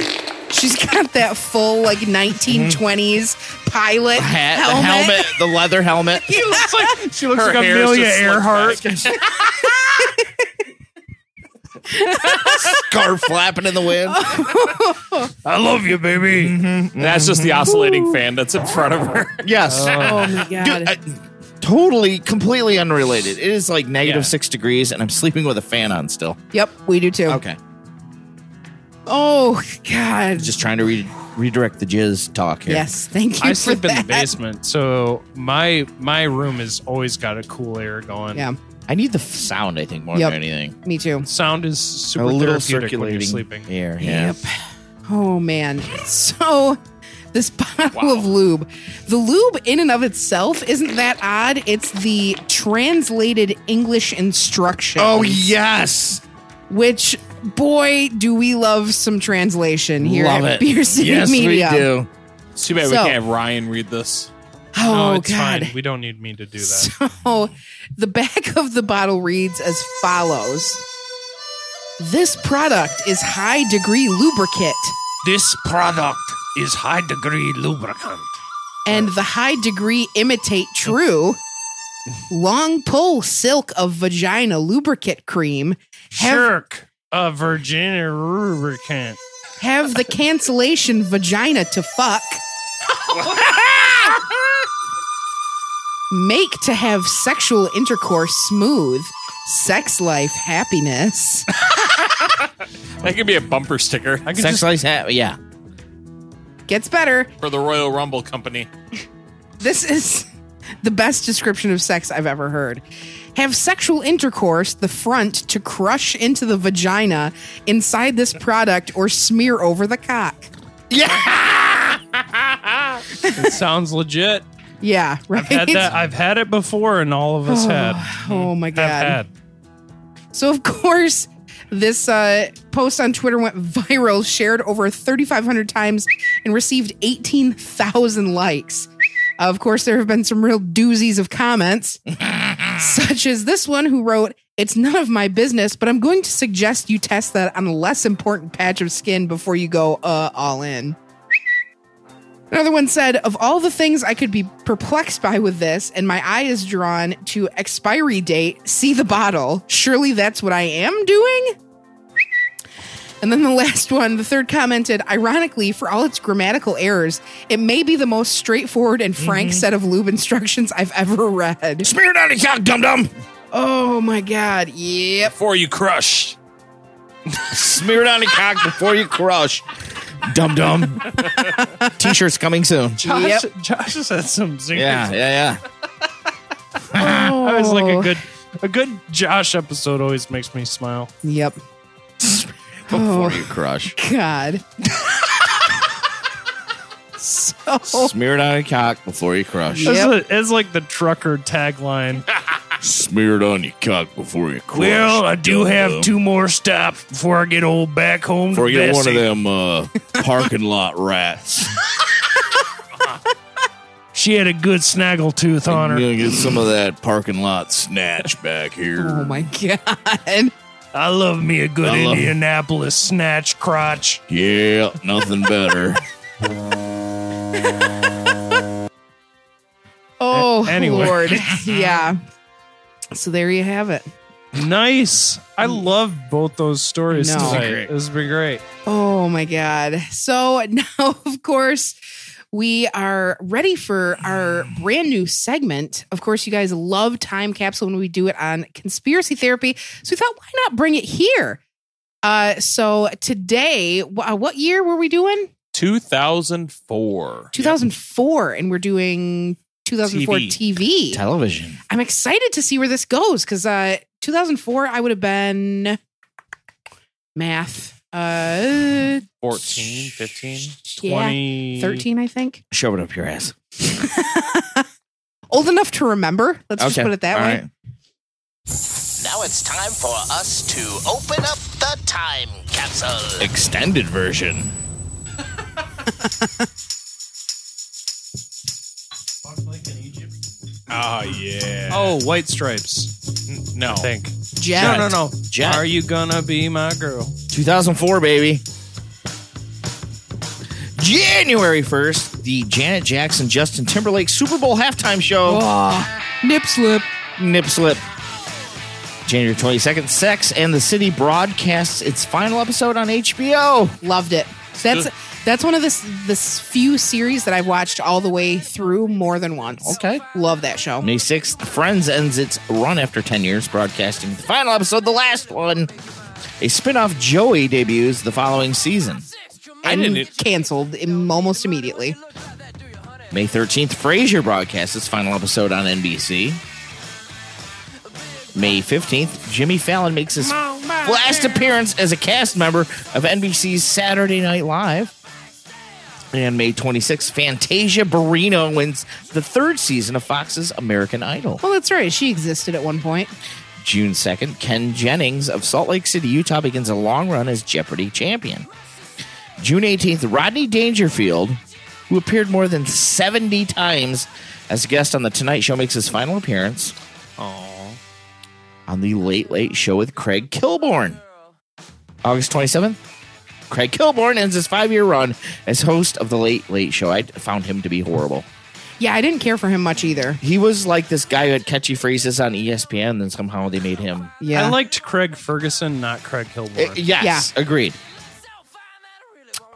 She's got that full like 1920s pilot
Hat, the
helmet. [LAUGHS]
helmet, the
[LAUGHS]
leather helmet.
She looks like she looks
Her
like
hair is
Amelia
just slicked
Earhart.
Scarf flapping in the wind.
Oh, I love you, baby.
That's just the oscillating fan that's in front of her.
Yes.
Oh my God!
Dude, I, totally, completely unrelated. It is like negative
Yeah.
six degrees, and I'm sleeping with a fan on still.
yep, we do too.
Okay.
Oh God!
Just trying to re- redirect the jizz talk here.
yes, thank you
I
for
sleep
that.
in the basement, so my my room has always got a cool air going.
Yeah,
I need the f- sound, I think, more
Yep.
than anything.
me too.
Sound is super
a little
therapeutic
circulating
when you're sleeping.
air. Yeah.
Oh man! So this bottle of lube, the lube in and of itself isn't that odd. It's the translated English instruction.
Oh, yes.
which boy do we love some translation here
Love
at
it.
Beer City
yes,
Media.
we do.
It's [LAUGHS] too bad we
So-
can't have Ryan read this.
Oh
no, it's
God.
fine. We don't need me to do that.
So the back of the bottle reads as follows This product is high degree lubricant,
This product is high degree lubricant.
and the high degree imitate true. Long pole silk of vagina lubricant cream Have-
Shirk a Virginia lubricant.
have the cancellation vagina to fuck. Make to have sexual intercourse smooth, sex life happiness.
That could be a bumper sticker
I can
Sex
just
lights. Ha- yeah.
Gets better.
for the Royal Rumble Company.
This is [LAUGHS] the best description of sex I've ever heard. Have sexual intercourse, the front to crush into the vagina inside this product or smear over the cock.
it sounds legit.
Yeah, right.
I've had that. I've had it before, and all of us had. Have
[LAUGHS] Oh my god.
had.
So of [LAUGHS] course, this uh, post on Twitter went viral, shared over 3,500 times, and received 18,000 likes. Uh, Of course, there have been some real doozies of comments, such as this one who wrote, "It's none of my business, but I'm going to suggest you test that on a less important patch of skin before you go uh, all in." Another one said, Of all the things I could be perplexed by with this, and my eye is drawn to expiry date, see the bottle. Surely that's what I am doing? And then the [LAUGHS] last one, the third commented, ironically, for all its grammatical errors, it may be the most straightforward and frank
Mm-hmm.
set of lube instructions I've ever read.
Smear down your cock, dum dum.
Oh my God.
[LAUGHS]
Yep.
Before you crush.
Smear down your cock before you crush. Dum [LAUGHS] dum. T shirts coming soon.
Josh, Josh has had some zingers.
Yeah, yeah,
Oh.
I was like a good, a good Josh episode always makes me smile.
Oh. Yep.
yeah. Before you crush.
God. so.
Smear down your cock before you crush.
Yep.
It's, a- it's like the trucker tagline.
Smear it on your cock before you crush.
Well, I do have two more stops before I get old back home.
Before
to
you get one of
Bessie.
them uh, parking lot rats.
She had a good snaggle tooth on her.
I'm gonna get some of that parking lot snatch back here.
Oh
[LAUGHS]
my God.
I love me a good
I love-
Indianapolis snatch crotch.
Yeah, nothing better.
Oh,
anyway.
Oh,
[LAUGHS]
Lord. yeah. So there you have it.
Nice. I love both those stories.
No. This would
tonight. This
be
would
great.
be great.
Oh my God. So [LAUGHS] now, of course, we are ready for our brand new segment. Of course, you guys love Time Capsule when we do it on conspiracy therapy. So we thought, why not bring it here? Uh, so today, wh- uh, what year were we doing?
2004.
2004. And we're doing 2004 TV.
Television.
I'm excited to see where this goes because uh, 2004, I would have been math. Uh,
14, 15.
yeah.
20.
13, I think.
Shove it up your ass.
Old enough to remember. Let's just put it that way.
Now it's time for us to open up the time capsule.
Extended version. Oh yeah.
Oh, White Stripes.
Ah, No.
I think.
Jet.
No, no, no.
Jet.
Are you gonna be my girl?
2004, baby. January 1st, the Janet Jackson Justin Timberlake Super Bowl halftime show.
Nip slip.
Nip slip. January 22nd, Sex and the City broadcasts its final episode on HBO.
Loved it. That's that's one of the s- the s- few series that I've watched all the way through more than once.
Okay.
Love that show.
May 6th, Friends ends its run after 10 years, broadcasting the final episode, the last one. A spin off, Joey, debuts the following season.
I didn't Mm.
e-
canceled im- almost immediately.
May 13th, Frasier broadcasts its final episode on NBC. May 15th, Jimmy Fallon makes his last appearance as a cast member of NBC's Saturday Night Live. And May 26th, Fantasia Barrino wins the third season of Fox's American Idol.
Well, that's right. She existed at one point.
June 2nd, Ken Jennings of Salt Lake City, Utah begins a long run as Jeopardy champion. June 18th, Rodney Dangerfield, who appeared more than 70 times as a guest on The Tonight Show, makes his final appearance on The Late Late Show with Craig Kilborn. August 27th, Craig Kilborn ends his five year run as host of The Late Late Show. I found him to be horrible.
Yeah, I didn't care for him much either.
He was like this guy who had catchy phrases on E ESPN, and then somehow they made him
Yeah.
I liked Craig Ferguson, not Craig Kilborn.
Uh, yes, agreed.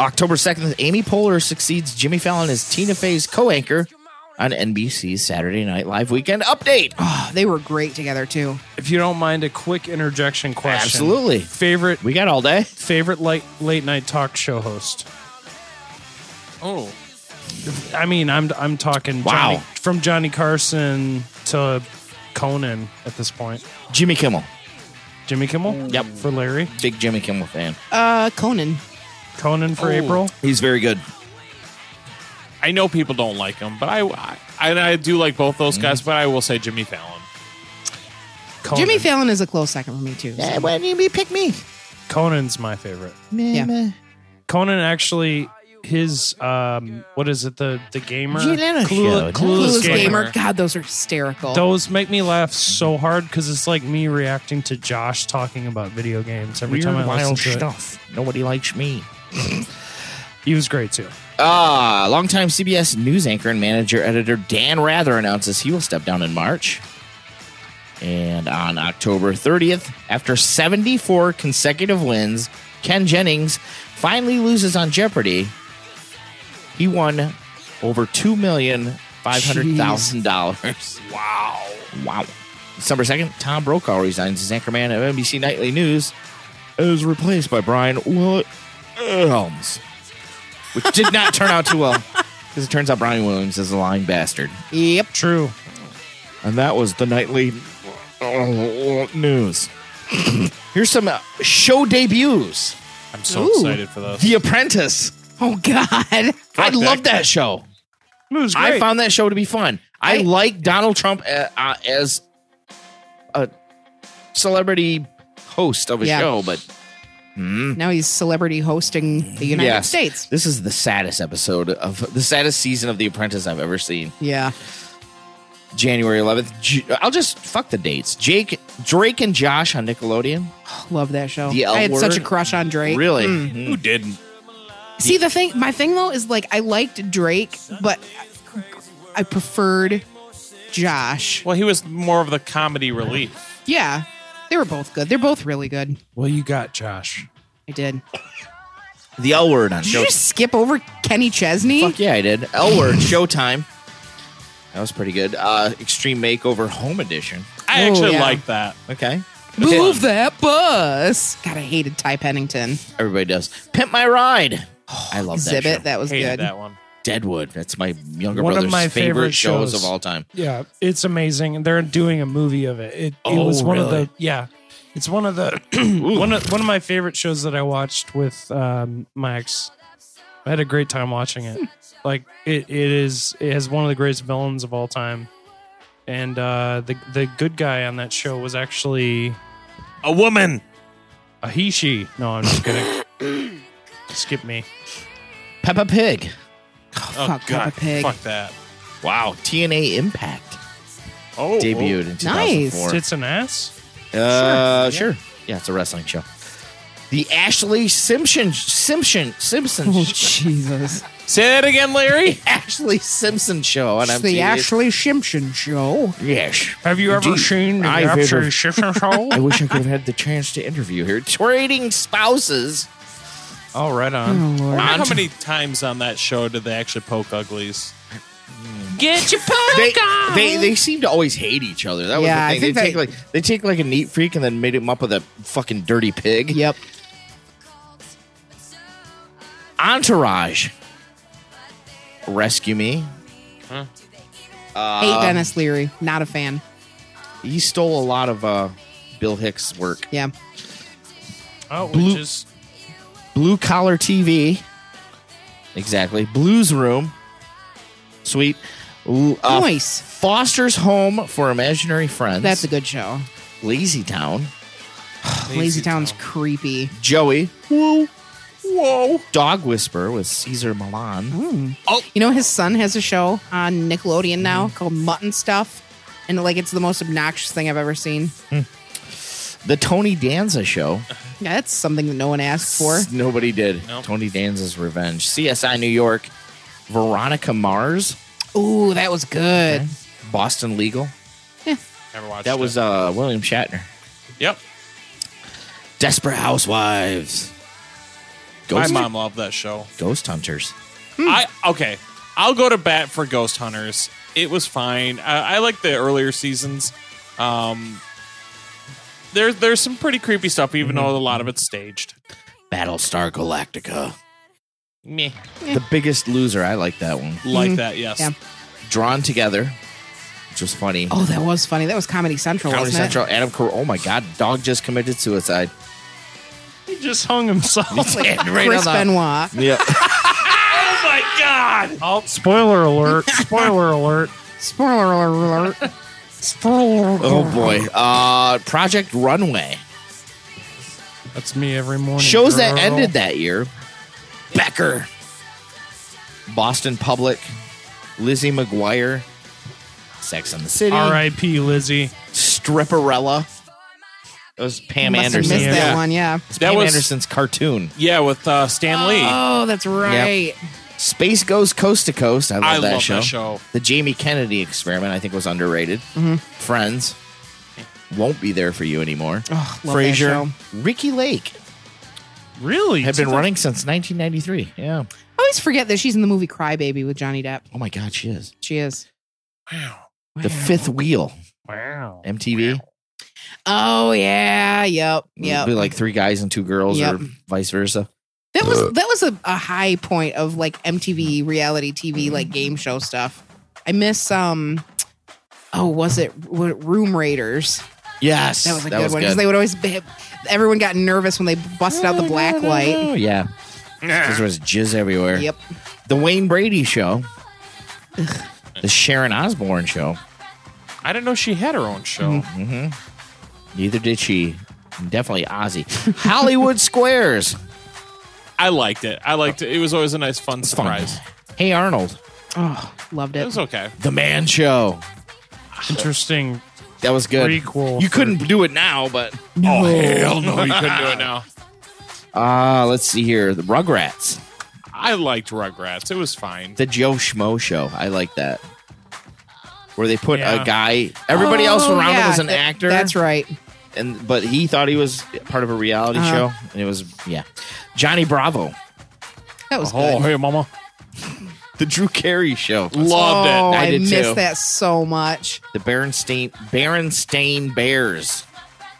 October 2nd, Amy Poehler succeeds Jimmy Fallon as Tina Fey's co anchor on NBC's Saturday Night Live Weekend Update.
Ah.
oh, they were great together too.
if you don't mind a quick interjection question.
Absolutely.
Favorite
We got all day.
favorite late late night talk show host.
Oh.
I mean, I'm I'm talking
Wow.
Johnny, from Johnny Carson to Conan at this point.
Jimmy Kimmel.
Jimmy Kimmel?
Yep.
For Larry.
Big Jimmy Kimmel fan.
Uh, Conan.
Conan for April.
He's very good.
I know people don't like him, but I, I, and I do like both those guys, but I will say Jimmy Fallon.
Conan.
Jimmy Fallon is a close second for me too. so-
Eh, why didn't you pick me?
Conan's my favorite.
Yeah.
Meh,
Conan actually his um what is it the the gamer
Giuliano
Clue-
showed.
clueless,
Clueless
gamer.
gamer. God, those are hysterical.
Those make me laugh so hard because it's like me reacting to Josh talking about video games every
Weird,
time I listen
wild
to it.
stuff. Nobody likes me.
He was great too.
Ah, longtime CBS news anchor and manager editor Dan Rather announces he will step down in March. And on October 30th, after 74 consecutive wins, Ken Jennings finally loses on Jeopardy. He won over two million five hundred thousand dollars. Wow! Wow! December second, Tom Brokaw resigns as anchorman of NBC Nightly News, and is replaced by Brian Will- Williams which did not turn out too well because it turns out Brian Williams is a lying bastard.
Yep.
True.
And that was the nightly uh, news. [CLEARS THROAT] Here's some uh, show debuts.
I'm so
Ooh.
excited for those.
The Apprentice.
Oh [LAUGHS] God.
I love that show.
It was great.
I found that show to be fun. I,
I-
like Donald Trump uh, uh, as a celebrity host of a
Yeah.
show, but
Now he's celebrity hosting the United
Yes.
States.
this is the saddest episode of the saddest season of The Apprentice I've ever seen.
Yeah.
January 11th. J- I'll just fuck the dates. Jake, Drake, and Josh on Nickelodeon.
Love that show.
The L
I had
word?
such a crush on Drake.
Really?
Who didn't?
See the thing my thing though is like I liked Drake, but I preferred Josh.
Well, he was more of the comedy relief.
Yeah. They were both good. They're both really good.
Well, you got Josh.
I did.
The L word on
Did you
Showtime.
just skip over Kenny Chesney?
Fuck yeah, I did. L word Showtime. That was pretty good. Uh, Extreme Makeover Home Edition.
I
Oh,
actually
yeah.
like that.
Okay,
Move that bus. God, I hated Ty Pennington.
everybody does. Pimp My Ride. I love that. show.
Exhibit. That was
Hated
good.
that one.
Deadwood. That's my younger
One of
brother's
my
favorite,
favorite
shows.
shows.
of all time.
Yeah, it's amazing. And They're doing a movie of it. It, it
Oh,
was one of
really?
the yeah. It's one of the [CLEARS THROAT] one of one of my favorite shows that I watched with um, my ex. I had a great time watching it. Like it, it is it has one of the greatest villains of all time. And uh, the the good guy on that show was actually
A woman.
a he she. No, I'm just kidding. Skip me.
Peppa Pig.
Oh, fuck, Peppa Pig.
Fuck that.
Wow. TNA Impact
Oh,
debuted in
Nice.
2004.
Tits and ass.
Uh, sure. Yeah, it's a wrestling show. The Ashley Simpson Simpson
[LAUGHS]
Simpson
Oh, Jesus.
oh. Say it
[LAUGHS]
again, Larry.
Ashley Simpson show [LAUGHS] on
It's the
MTV.
Ashley Simpson show.
Yes.
Have you ever
Indeed.
seen the
I've ever-
Absolute Shifting
[LAUGHS]
Oh.
Show?
I wish I could have had the chance to interview her. Trading spouses.
oh, right
Oh,
on.
Lord.
How many times on that show did they actually poke uglies?
Get your
They,
poke on.
they they seem to always hate each other. That was
Oh, Yeah, I
the thing.
think
They
that-
take like they take like a neat freak and then made him up with a fucking dirty pig.
Yep.
Entourage. Rescue Me. Uh,
Hate Dennis Leary. Not a fan.
He stole a lot of uh, Bill Hicks' work.
Yeah.
Oh, which
Blue-
is
Blue Collar TV. Exactly. Blues Room. Sweet. L- uh,
Nice.
Foster's Home for Imaginary Friends.
That's a good show.
Lazy Town.
[SIGHS] Lazy Town's creepy.
Joey. Whoa. Whoa. Dog Whisperer with Caesar Milan.
You know, his son has a show on Nickelodeon now
Mm-hmm.
called Mutton Stuff. And like it's the most obnoxious thing I've ever seen.
The Tony Danza Show.
Yeah, that's something that no one asked for.
S- Nobody did. Tony Danza's Revenge. CSI New York. Veronica Mars.
Ooh, that was good.
Boston Legal.
Never watched
That was
It.
uh, William Shatner.
Yep.
Desperate Housewives.
My
Ghost,
mom loved that show.
Ghost Hunters.
Hmm.
I okay. I'll go to bat for Ghost Hunters. It was fine. I, I like the earlier seasons. Um, there's there's some pretty creepy stuff, even
Mm-hmm.
though a lot of it's staged.
Battlestar Galactica.
Meh.
The biggest loser. I like that one.
Like that, yes.
Mm-hmm. Yeah.
Drawn Together, which was funny.
Oh, that was funny. That was Comedy Central,
Comedy
wasn't
Central, Adam Carolla. Oh my God, dog just committed
[LAUGHS]
suicide.
he just hung himself.
it? Like
Right
Chris
on the-
Benoit.
Yep.
Oh, spoiler alert! Spoiler alert!
Spoiler
[LAUGHS]
alert.
Spoiler!
oh boy. Uh, Project Runway.
That's me every morning.
Shows that
girl.
ended that year. Becker. Boston Public. Lizzie McGuire. Sex and the City.
R.I.P. Lizzie.
Stripperella. That was Pam
Must have
Anderson.
missed that
Yeah.
one, yeah.
It's
That
Pam
was-
Anderson's cartoon.
Yeah, with uh, Stan Lee.
Oh, that's right.
Space Goes Coast to Coast. I love,
I
that,
love
show.
that show.
The Jamie Kennedy experiment, I think, was underrated.
Mm-hmm.
Friends won't be there for you anymore.
Oh, love that
Frasier,
show.
Ricky Lake
Really?
had been running since 1993.
I
Yeah.
always forget that she's in the movie Crybaby with Johnny Depp.
Oh my God, she is
She is.
the fifth wheel.
Wow.
MTV.
Oh yeah, yep,
Yeah,
yep.
be like three guys and two girls,
Yep.
or vice versa.
That was that was a, a high point of like MTV reality TV like game show stuff. I miss um oh was it wa- Room Raiders?
Yes,
That was a good one because they would always be, everyone got nervous when they busted out the
[LAUGHS]
black light.
Oh yeah, 'Cause there was jizz everywhere.
Yep.
The Wayne Brady Show. The Sharon Osbourne Show.
I didn't know she had her own show.
Neither did she. Definitely Ozzy. Hollywood [LAUGHS] Squares.
I liked it. I liked it. It was always a nice, fun
Fun.
surprise.
Hey Arnold.
Oh, loved
It
it.
was okay.
The Man Show.
Interesting.
That was good.
Prequel
You couldn't do it now, but
Oh hell no, you couldn't do it now.
ah, let's see here. The Rugrats.
[LAUGHS] I liked Rugrats. It was fine.
The Joe Schmo Show. I like that. Where they put
Yeah.
a guy. Everybody else
Oh,
around him
yeah,
was an
that-
actor.
That's right.
and but he thought he was part of a reality
Uh-huh.
show, and it was yeah, Johnny Bravo,
That was
Oh,
good.
hey, mama.
the Drew Carey show,
Loved
oh,
it.
I
I,
did
missed
too.
that so much.
the Berenstain Berenstain Bears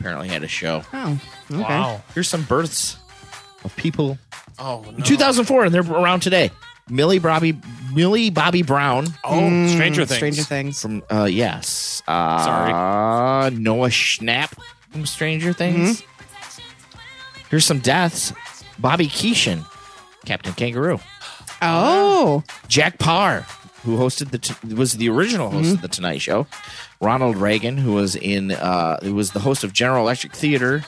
apparently had a show.
Oh, okay.
Wow.
Here's some births of people.
Oh, no.
in 2004, and they're around today. Millie Bobby Millie Bobby Brown
Oh, Stranger Things.
Stranger Things.
from uh yes uh noah schnapp from stranger things
Mm-hmm.
here's some deaths bobby keeshan captain kangaroo
Oh,
jack parr who hosted the t- was the original host of the tonight show ronald reagan who was in uh who was the host of general electric theater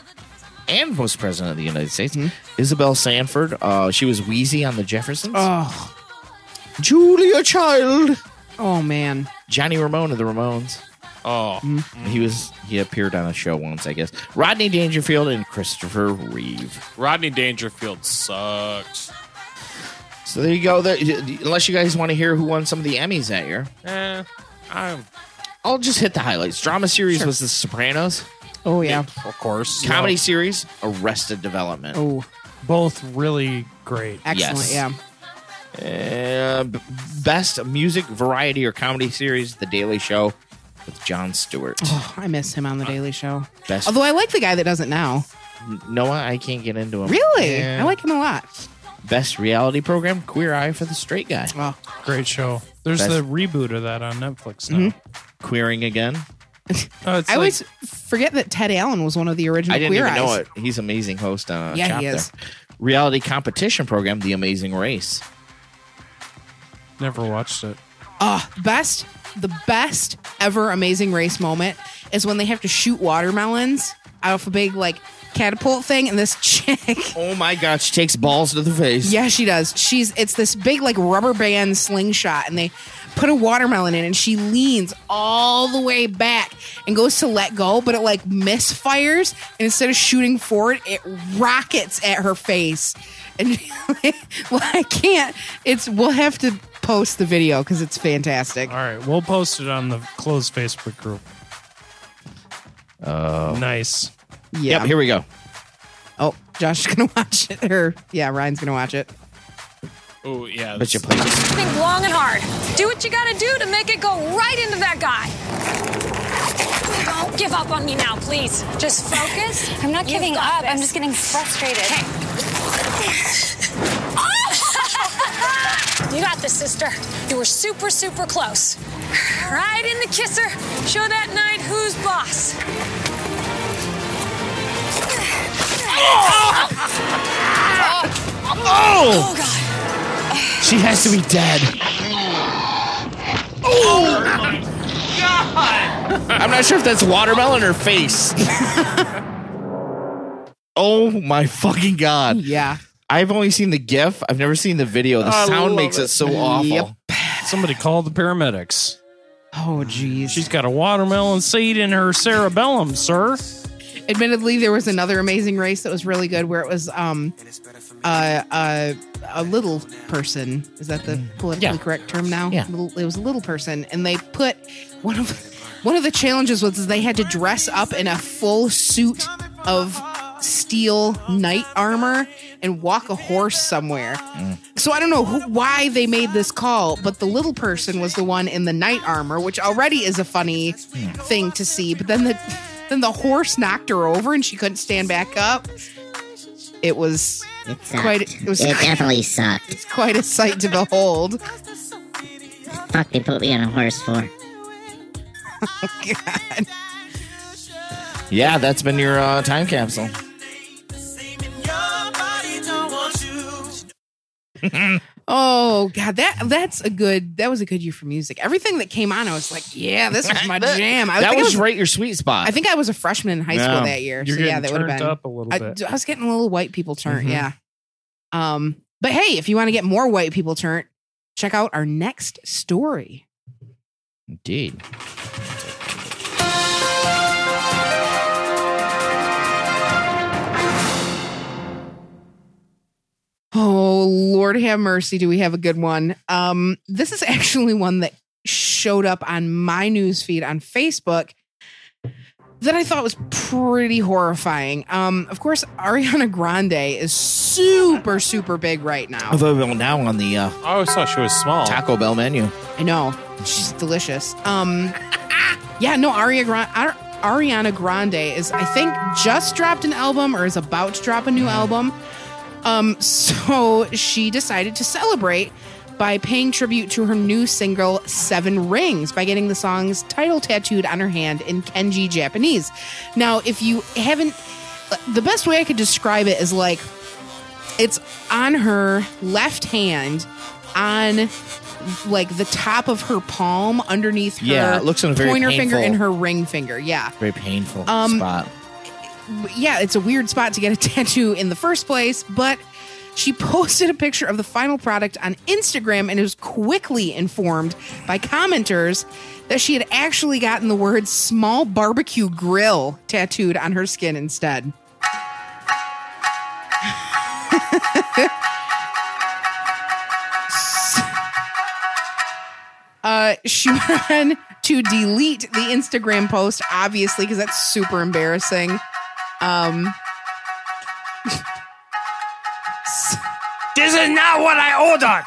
and was president of the united states isabel sanford uh she was wheezy on the jeffersons
oh,
julia child
oh man.
johnny ramone of the ramones
Oh,
He was he appeared on a show once, I guess. Rodney Dangerfield and Christopher Reeve.
Rodney Dangerfield sucks.
So there you go. There, unless you guys want to hear who won some of the Emmys that year,
Eh, I'm,
I'll just hit the highlights. Drama series was The Sopranos.
Oh yeah.
of course.
Comedy series Arrested Development.
Oh,
Both really great.
excellent.
Yes.
Yeah. [SIGHS]
Uh, b- best music variety or comedy series The Daily Show with Jon Stewart.
Oh, I miss him on the Daily Show.
Uh, Best
Although I like the guy that does it now.
Noah, I can't get into him.
Really,
Yeah.
I like him a lot.
best reality program Queer Eye for the Straight Guy.
Well,
Great show. There's
Best-
the reboot of that on Netflix now.
Mm-hmm. Queering again.
Oh, it's
I
like-
always forget that Ted Allen was one of the original
I didn't
Queer
even know
Eyes.
it. He's an amazing host on a
Yeah,
chop
he
there.
is.
Reality competition program, The Amazing Race.
never watched it.
Ah, best the best ever amazing race moment is when they have to shoot watermelons out of a big like catapult thing and this [LAUGHS] chick
Oh my God, she takes balls to the face.
yeah she does she's it's this big like rubber band slingshot and they put a watermelon in and she leans all the way back and goes to let go but it like misfires and instead of shooting forward it rockets at her face and [LAUGHS] well, i can't it's we'll have to post the video because it's fantastic
All right, we'll post it on the closed Facebook group. Oh, nice.
yeah
Yep, here we go.
Oh, Josh is gonna [LAUGHS] watch it. Or yeah, Ryan's gonna watch it.
Oh, yeah.
But you play.
Think long and hard. Do what you gotta do to make it go right into that guy. Don't give up on me now, please. Just focus.
I'm not
You've
giving
got
up. I'm
this.
just getting frustrated.
[LAUGHS] You got this, sister. You were super, super close. Right in the kisser. Show that knight who's boss. Oh! God.
She has to be dead. Oh, my God. I'm not sure if that's watermelon
[LAUGHS]
or face. oh my fucking God.
Yeah.
I've only seen the GIF, I've never seen the video. The sound makes it, so awful.
Yep.
Somebody call the paramedics.
Oh, geez.
She's got a watermelon seed in her cerebellum, sir.
Admittedly, there was another amazing race that was really good, where it was um, uh, uh, a little person. Is that the politically correct term now?
Yeah.
Little, it was a little person, and they put one of one of the challenges was they had to dress up in a full suit of steel knight armor and walk a horse somewhere. So I don't know who, why they made this call, but the little person was the one in the knight armor, which already is a funny thing to see. But then the then the horse knocked her over and she couldn't stand back up. It was
It sucked.
Quite- it
it,
was-
definitely sucked.
quite a sight to behold. [LAUGHS]
Fuck, they put me on a horse for.
Oh,
Yeah, that's been your uh, time capsule.
Oh god, that that's a good that was a good year for music. Everything that came on, I was like, yeah, this
[LAUGHS]
was my jam. I
that
think
was,
I was
right your sweet spot.
I think I was a freshman in high school
Yeah.
that year.
You're
so
getting
yeah, that would have
turned
been
up a little
I,
bit. Mm-hmm.
I was getting a little white people turn, yeah. Um, but hey, if you want to get more white people turn, check out our next story.
Indeed.
Oh Lord have mercy, do we have a good one? Um, this is [LAUGHS] actually one that showed up on my news feed on Facebook. that I thought was pretty horrifying. Um, of course, Ariana Grande is super, super big right now.
Available now on the uh,
Oh, I always thought she was small.
Taco Bell menu.
I know she's delicious. Um, [LAUGHS] yeah, no, Aria Gran- Ar- Ariana Grande is, I think, just dropped an album or is about to drop a new album. Um, so she decided to celebrate by paying tribute to her new single Seven Rings by getting the song's title tattooed on her hand in Kenji Japanese. Now, if you haven't, the best way I could describe it is like it's on her left hand on like the top of her palm underneath her
Yeah, it looks in a very
pointer finger
painful-
and her ring finger. Yeah.
Very painful
Um,
spot.
But yeah, it's a weird spot to get a [LAUGHS] tattoo in the first place, but she posted a picture of the final product on Instagram and was quickly informed by commenters that she had actually gotten the word small barbecue grill tattooed on her skin instead. [LAUGHS] uh, she [LAUGHS] went on to delete the Instagram post, obviously, because that's super embarrassing. Um,
This is not what I ordered.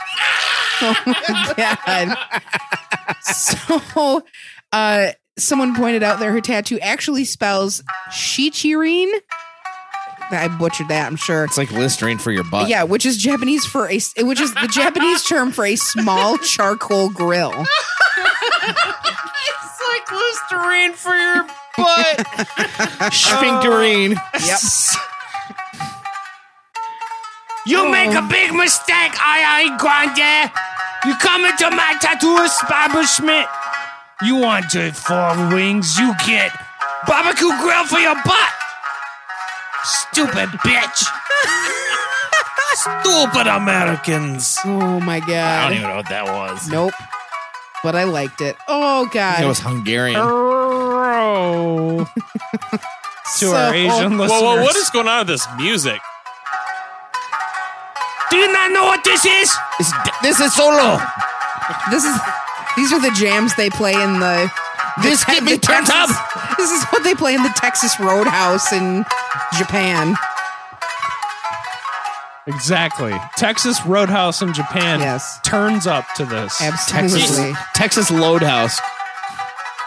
oh [LAUGHS] my god. so, uh, someone pointed out that her tattoo actually spells Shichirine. I butchered that, I'm sure.
It's like Listerine for your butt.
Yeah, which is Japanese for a which is the Japanese term for a small charcoal grill.
It's like Listerine for your butt.
[LAUGHS]
Sphincterine.
Yep.
You make a big mistake, Ariana Grande. You come into my tattoo establishment. You want to four wings, you get barbecue grill for your butt. Stupid bitch. Stupid Americans.
Oh my
I don't
god.
even know what that was.
Nope. But I liked it. Oh god.
It was Hungarian.
[LAUGHS]
Bro. to
So-
our Asian listeners.
Whoa, whoa, what is going on with this music?
Do you not know what this is?
It's, this is solo.
This is these are the jams they play in the.
This get me
the
turned up.
Texas- This is what they play in the Texas Roadhouse in Japan.
Exactly. Texas Roadhouse in Japan
Yes.
turns up to this.
Absolutely.
Texas, Texas Loadhouse.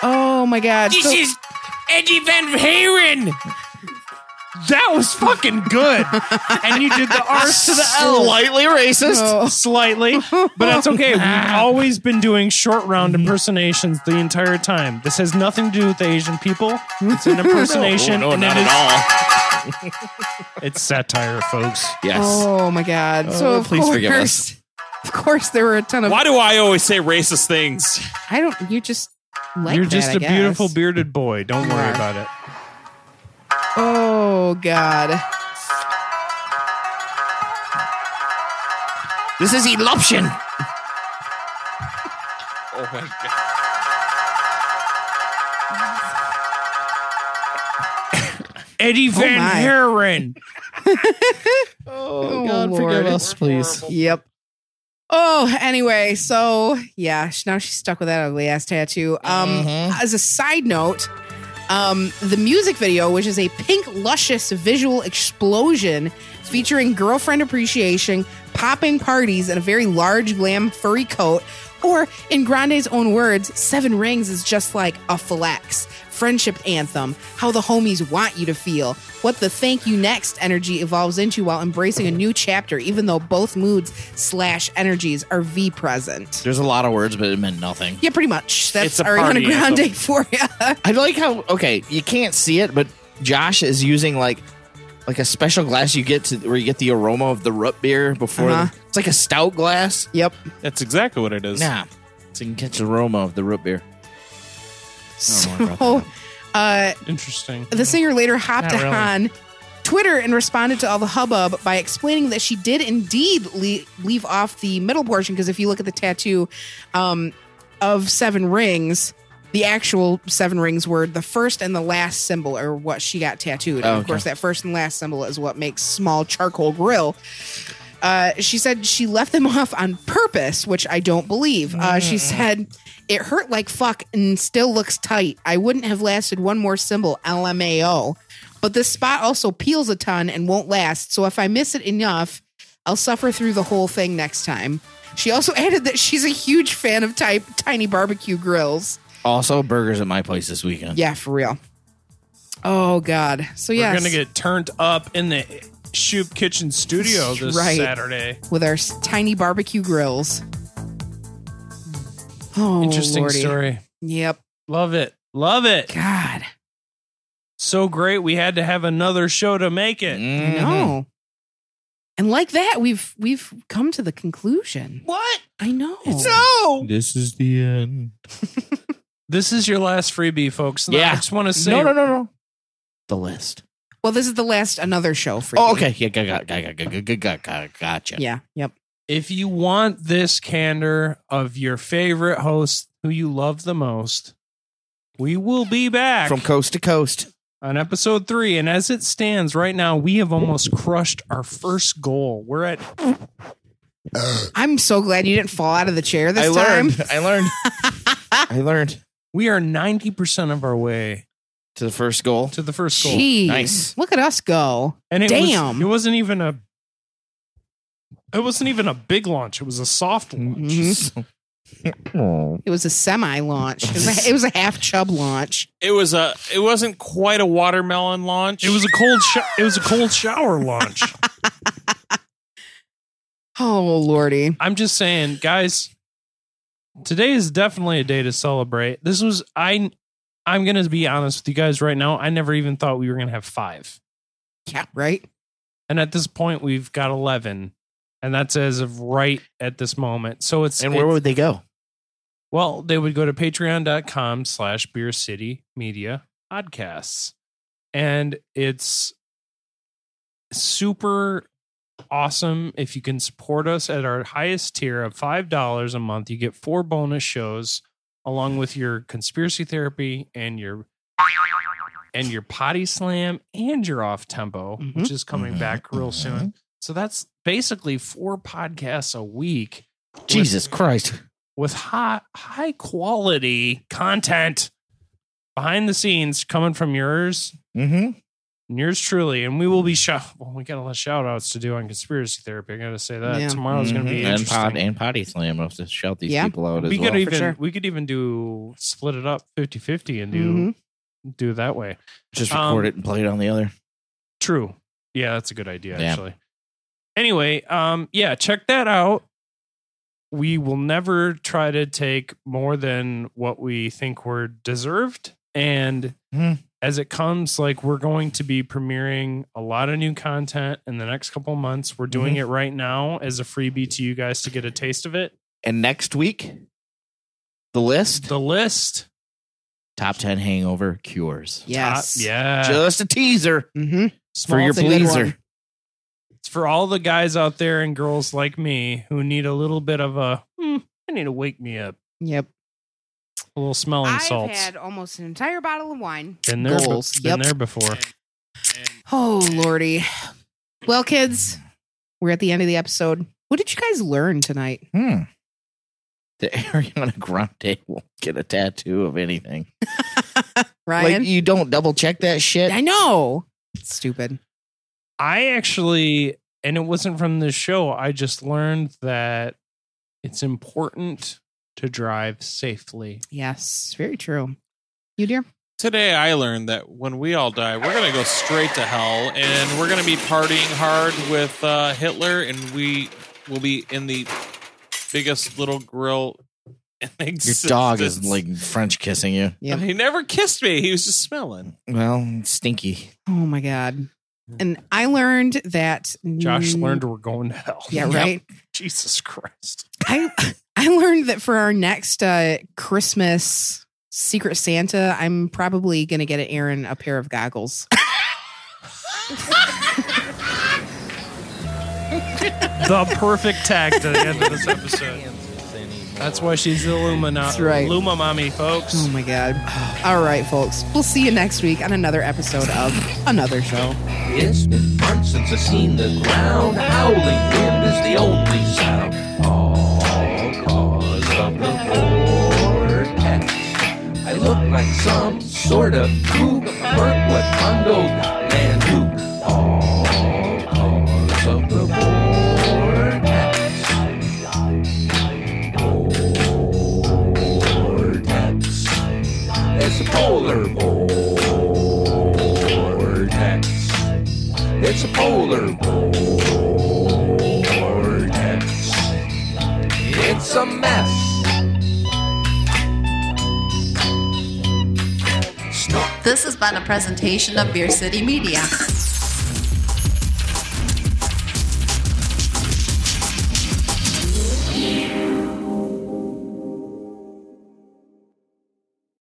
Oh my God!
This
So-
is Eddie Van Halen.
That was fucking good.
[LAUGHS]
and you did the R's to the L.
[LAUGHS]
Slightly racist.
Oh.
[LAUGHS] Slightly, but that's
[LAUGHS]
okay. We've always been doing short round impersonations the entire time. This has nothing to do with the Asian people.
[LAUGHS]
It's an impersonation.
Oh, no,
and it
not at
is-
all.
It's satire, folks.
Yes.
Oh my God! so of
please
course,
forgive us.
of course, there were a ton of.
Why do I always say racist things?
I don't. You just like
You're
that,
just
I
a beautiful
guess.
bearded boy. Don't worry about it.
oh God!
This is eloption.
Oh my god.
Eddie Van
Oh my.
Heren.
Oh,
please.
Yep. Oh, anyway, so yeah, sh- now she's stuck with that ugly ass tattoo. Um, as a side note, um, the music video, which is a pink, luscious visual explosion featuring girlfriend appreciation, popping parties, and a very large glam furry coat, or in Grande's own words, seven rings is just like a flex, friendship anthem, how the homies want you to feel, what the thank you next energy evolves into while embracing a new chapter, even though both moods slash energies are V present.
There's a lot of words, but it meant nothing.
Yeah, pretty much. That's
It's a
Ariana
party
Grande
anthem.
for you.
I like how okay, you can't see it, but Josh is using like like a special glass you get to where you get the aroma of the root beer before.
Uh-huh.
the- it's like a stout glass.
[LAUGHS] yep.
That's exactly what it is.
Nah, so you can catch the aroma of the root beer.
So, uh,
[LAUGHS] Interesting.
the singer later hopped
Not really.
on Twitter and responded to all the hubbub by explaining that she did indeed le- leave off the middle portion because if you look at the tattoo um, of seven rings, the actual seven rings were the first and the last symbol, or what she got tattooed.
Oh,
and of
okay.
course, that first and last symbol is what makes small charcoal grill. Uh, she said she left them [LAUGHS] off on purpose, which I don't believe. Uh, she
Hmm.
said it hurt like fuck and still looks tight. I wouldn't have lasted one more symbol, LMAO. But this spot also peels a ton and won't last. So if I miss it enough, I'll suffer through the whole thing next time. She also [LAUGHS] added that she's a huge fan of type tiny barbecue grills.
Also, burgers at my place this weekend.
Yeah, for real. Oh God. So yeah,
We're gonna get turned up in the Shoop Kitchen Studio this
Right.
Saturday.
with our s- tiny barbecue grills. Oh,
Interesting
Lordy.
story.
Yep.
Love it. Love it.
God.
So great. We had to have another show to make it.
Mm-hmm.
I know. And like that, we've we've come to the conclusion.
What?
I know.
No.
This is the end.
This is your last freebie, folks. And
Yeah.
I just want to say
No, no, no, no. The list.
well, this is the last another show for
Oh,
you.
okay. Yeah, got, got, got, got, got, got, gotcha.
Yeah. Yep.
if you want this candor of your favorite host who you love the most, we will be back
From coast to coast.
on episode three. And as it stands right now, we have almost crushed our first goal. We're at
I'm so glad you didn't fall out of the chair this
I
time.
learned. I learned. I learned
we are ninety percent of our way
to the first goal.
to the first goal.
Jeez.
Nice.
Look at us go.
And it
Damn.
was, it wasn't even a it wasn't even a big launch. It was a soft launch.
Mm-hmm. [LAUGHS] It was a semi launch. It, was
[LAUGHS]
a- it was a half chub launch.
It was a. It wasn't quite a watermelon launch.
It was a cold sho- it was a cold shower launch.
Oh lordy.
I'm just saying, guys, today is definitely a day to celebrate. This was I I'm going to be honest with you guys right now. I never even thought we were going to have 5.
Yeah. Right.
And at this point we've got 11. And that's as of right at this moment. So it's
And where
it's-
would they go?
Well, they would go to patreon.com slash beer city media podcasts. And it's super awesome if you can support us at our highest tier of $5 a month. You get four bonus shows along with your conspiracy therapy and your and your potty slam and your off tempo,
Mhm.
which is coming
Mhm.
back real soon. So that's basically four podcasts a week
Jesus Christ.
with high high quality content behind the scenes coming from yours
Mm-hmm.
and yours truly and we will be shout well we got a lot of shout outs to do on conspiracy therapy i gotta say that
Yeah.
tomorrow's gonna be
Mm-hmm. and
interesting
pod and potty slam. I have to shout these
Yeah.
people out as
we
well.
could even
sure.
we could even do split it up 50 50 and do
Mhm.
do that way
Just
um,
record it and play it on the other.
True. Yeah, that's a good idea
Yeah.
actually. Anyway, um yeah, check that out. We will never try to take more than what we think we're deserved and
Mhm.
as it comes like we're going to be premiering a lot of new content in the next couple months. We're doing it
Mm-hmm.
right now as a freebie to you guys to get a taste of it.
And next week, the list
The list.
top 10 hangover cures.
Yes.
Uh, yeah.
Just a teaser
Mm-hmm.
Small
for your
it's a good
pleaser.
one.
It's for all the guys out there and girls like me who need a little bit of a, hmm, I need to wake me up.
Yep.
A little smelling
I've
salts.
had almost an entire bottle of wine.
been there, be-
goals. Yep.
been there before.
Oh lordy. Well, kids, we're at the end of the episode. What did you guys learn tonight?
Hmm. The Ariana [LAUGHS] Grande won't get a tattoo of anything.
Ryan?
Like, you don't double check that shit.
I know. It's stupid.
I actually, and it wasn't from this show. I just learned that it's important to drive safely.
Yes, very true. You dear?
Today I learned that when we all die, we're gonna go straight to hell, and we're gonna be partying hard with uh, Hitler, and we will be in the biggest little grill. in
Your dog is
existence.
like French kissing you.
Yeah.
He never kissed me. He was just smelling.
Well, it's stinky.
Oh my god. And I learned that
Josh
Mm,
learned we're going to hell. [LAUGHS]
Yeah, right.
Jesus Christ.
I I learned that for our next uh Christmas Secret Santa, I'm probably gonna get Aaron a pair of goggles.
The perfect tag to the end
[LAUGHS]
of this episode. That's why she's the Illuminati.
That's right. Hmm.
Luma Mommy, folks.
Oh my god. All right, folks. We'll see you next week on another episode of another show.
It's been months since I've seen the ground. Howling wind is the only sound. All cause of the vortex. I look like some sort of kook. Merkwood, Mondo, and Duke. All cause of the vortex. Vortex. It's a polar vortex. It's a polar vortex. It's a mess.
This has been a presentation of Beer City Media.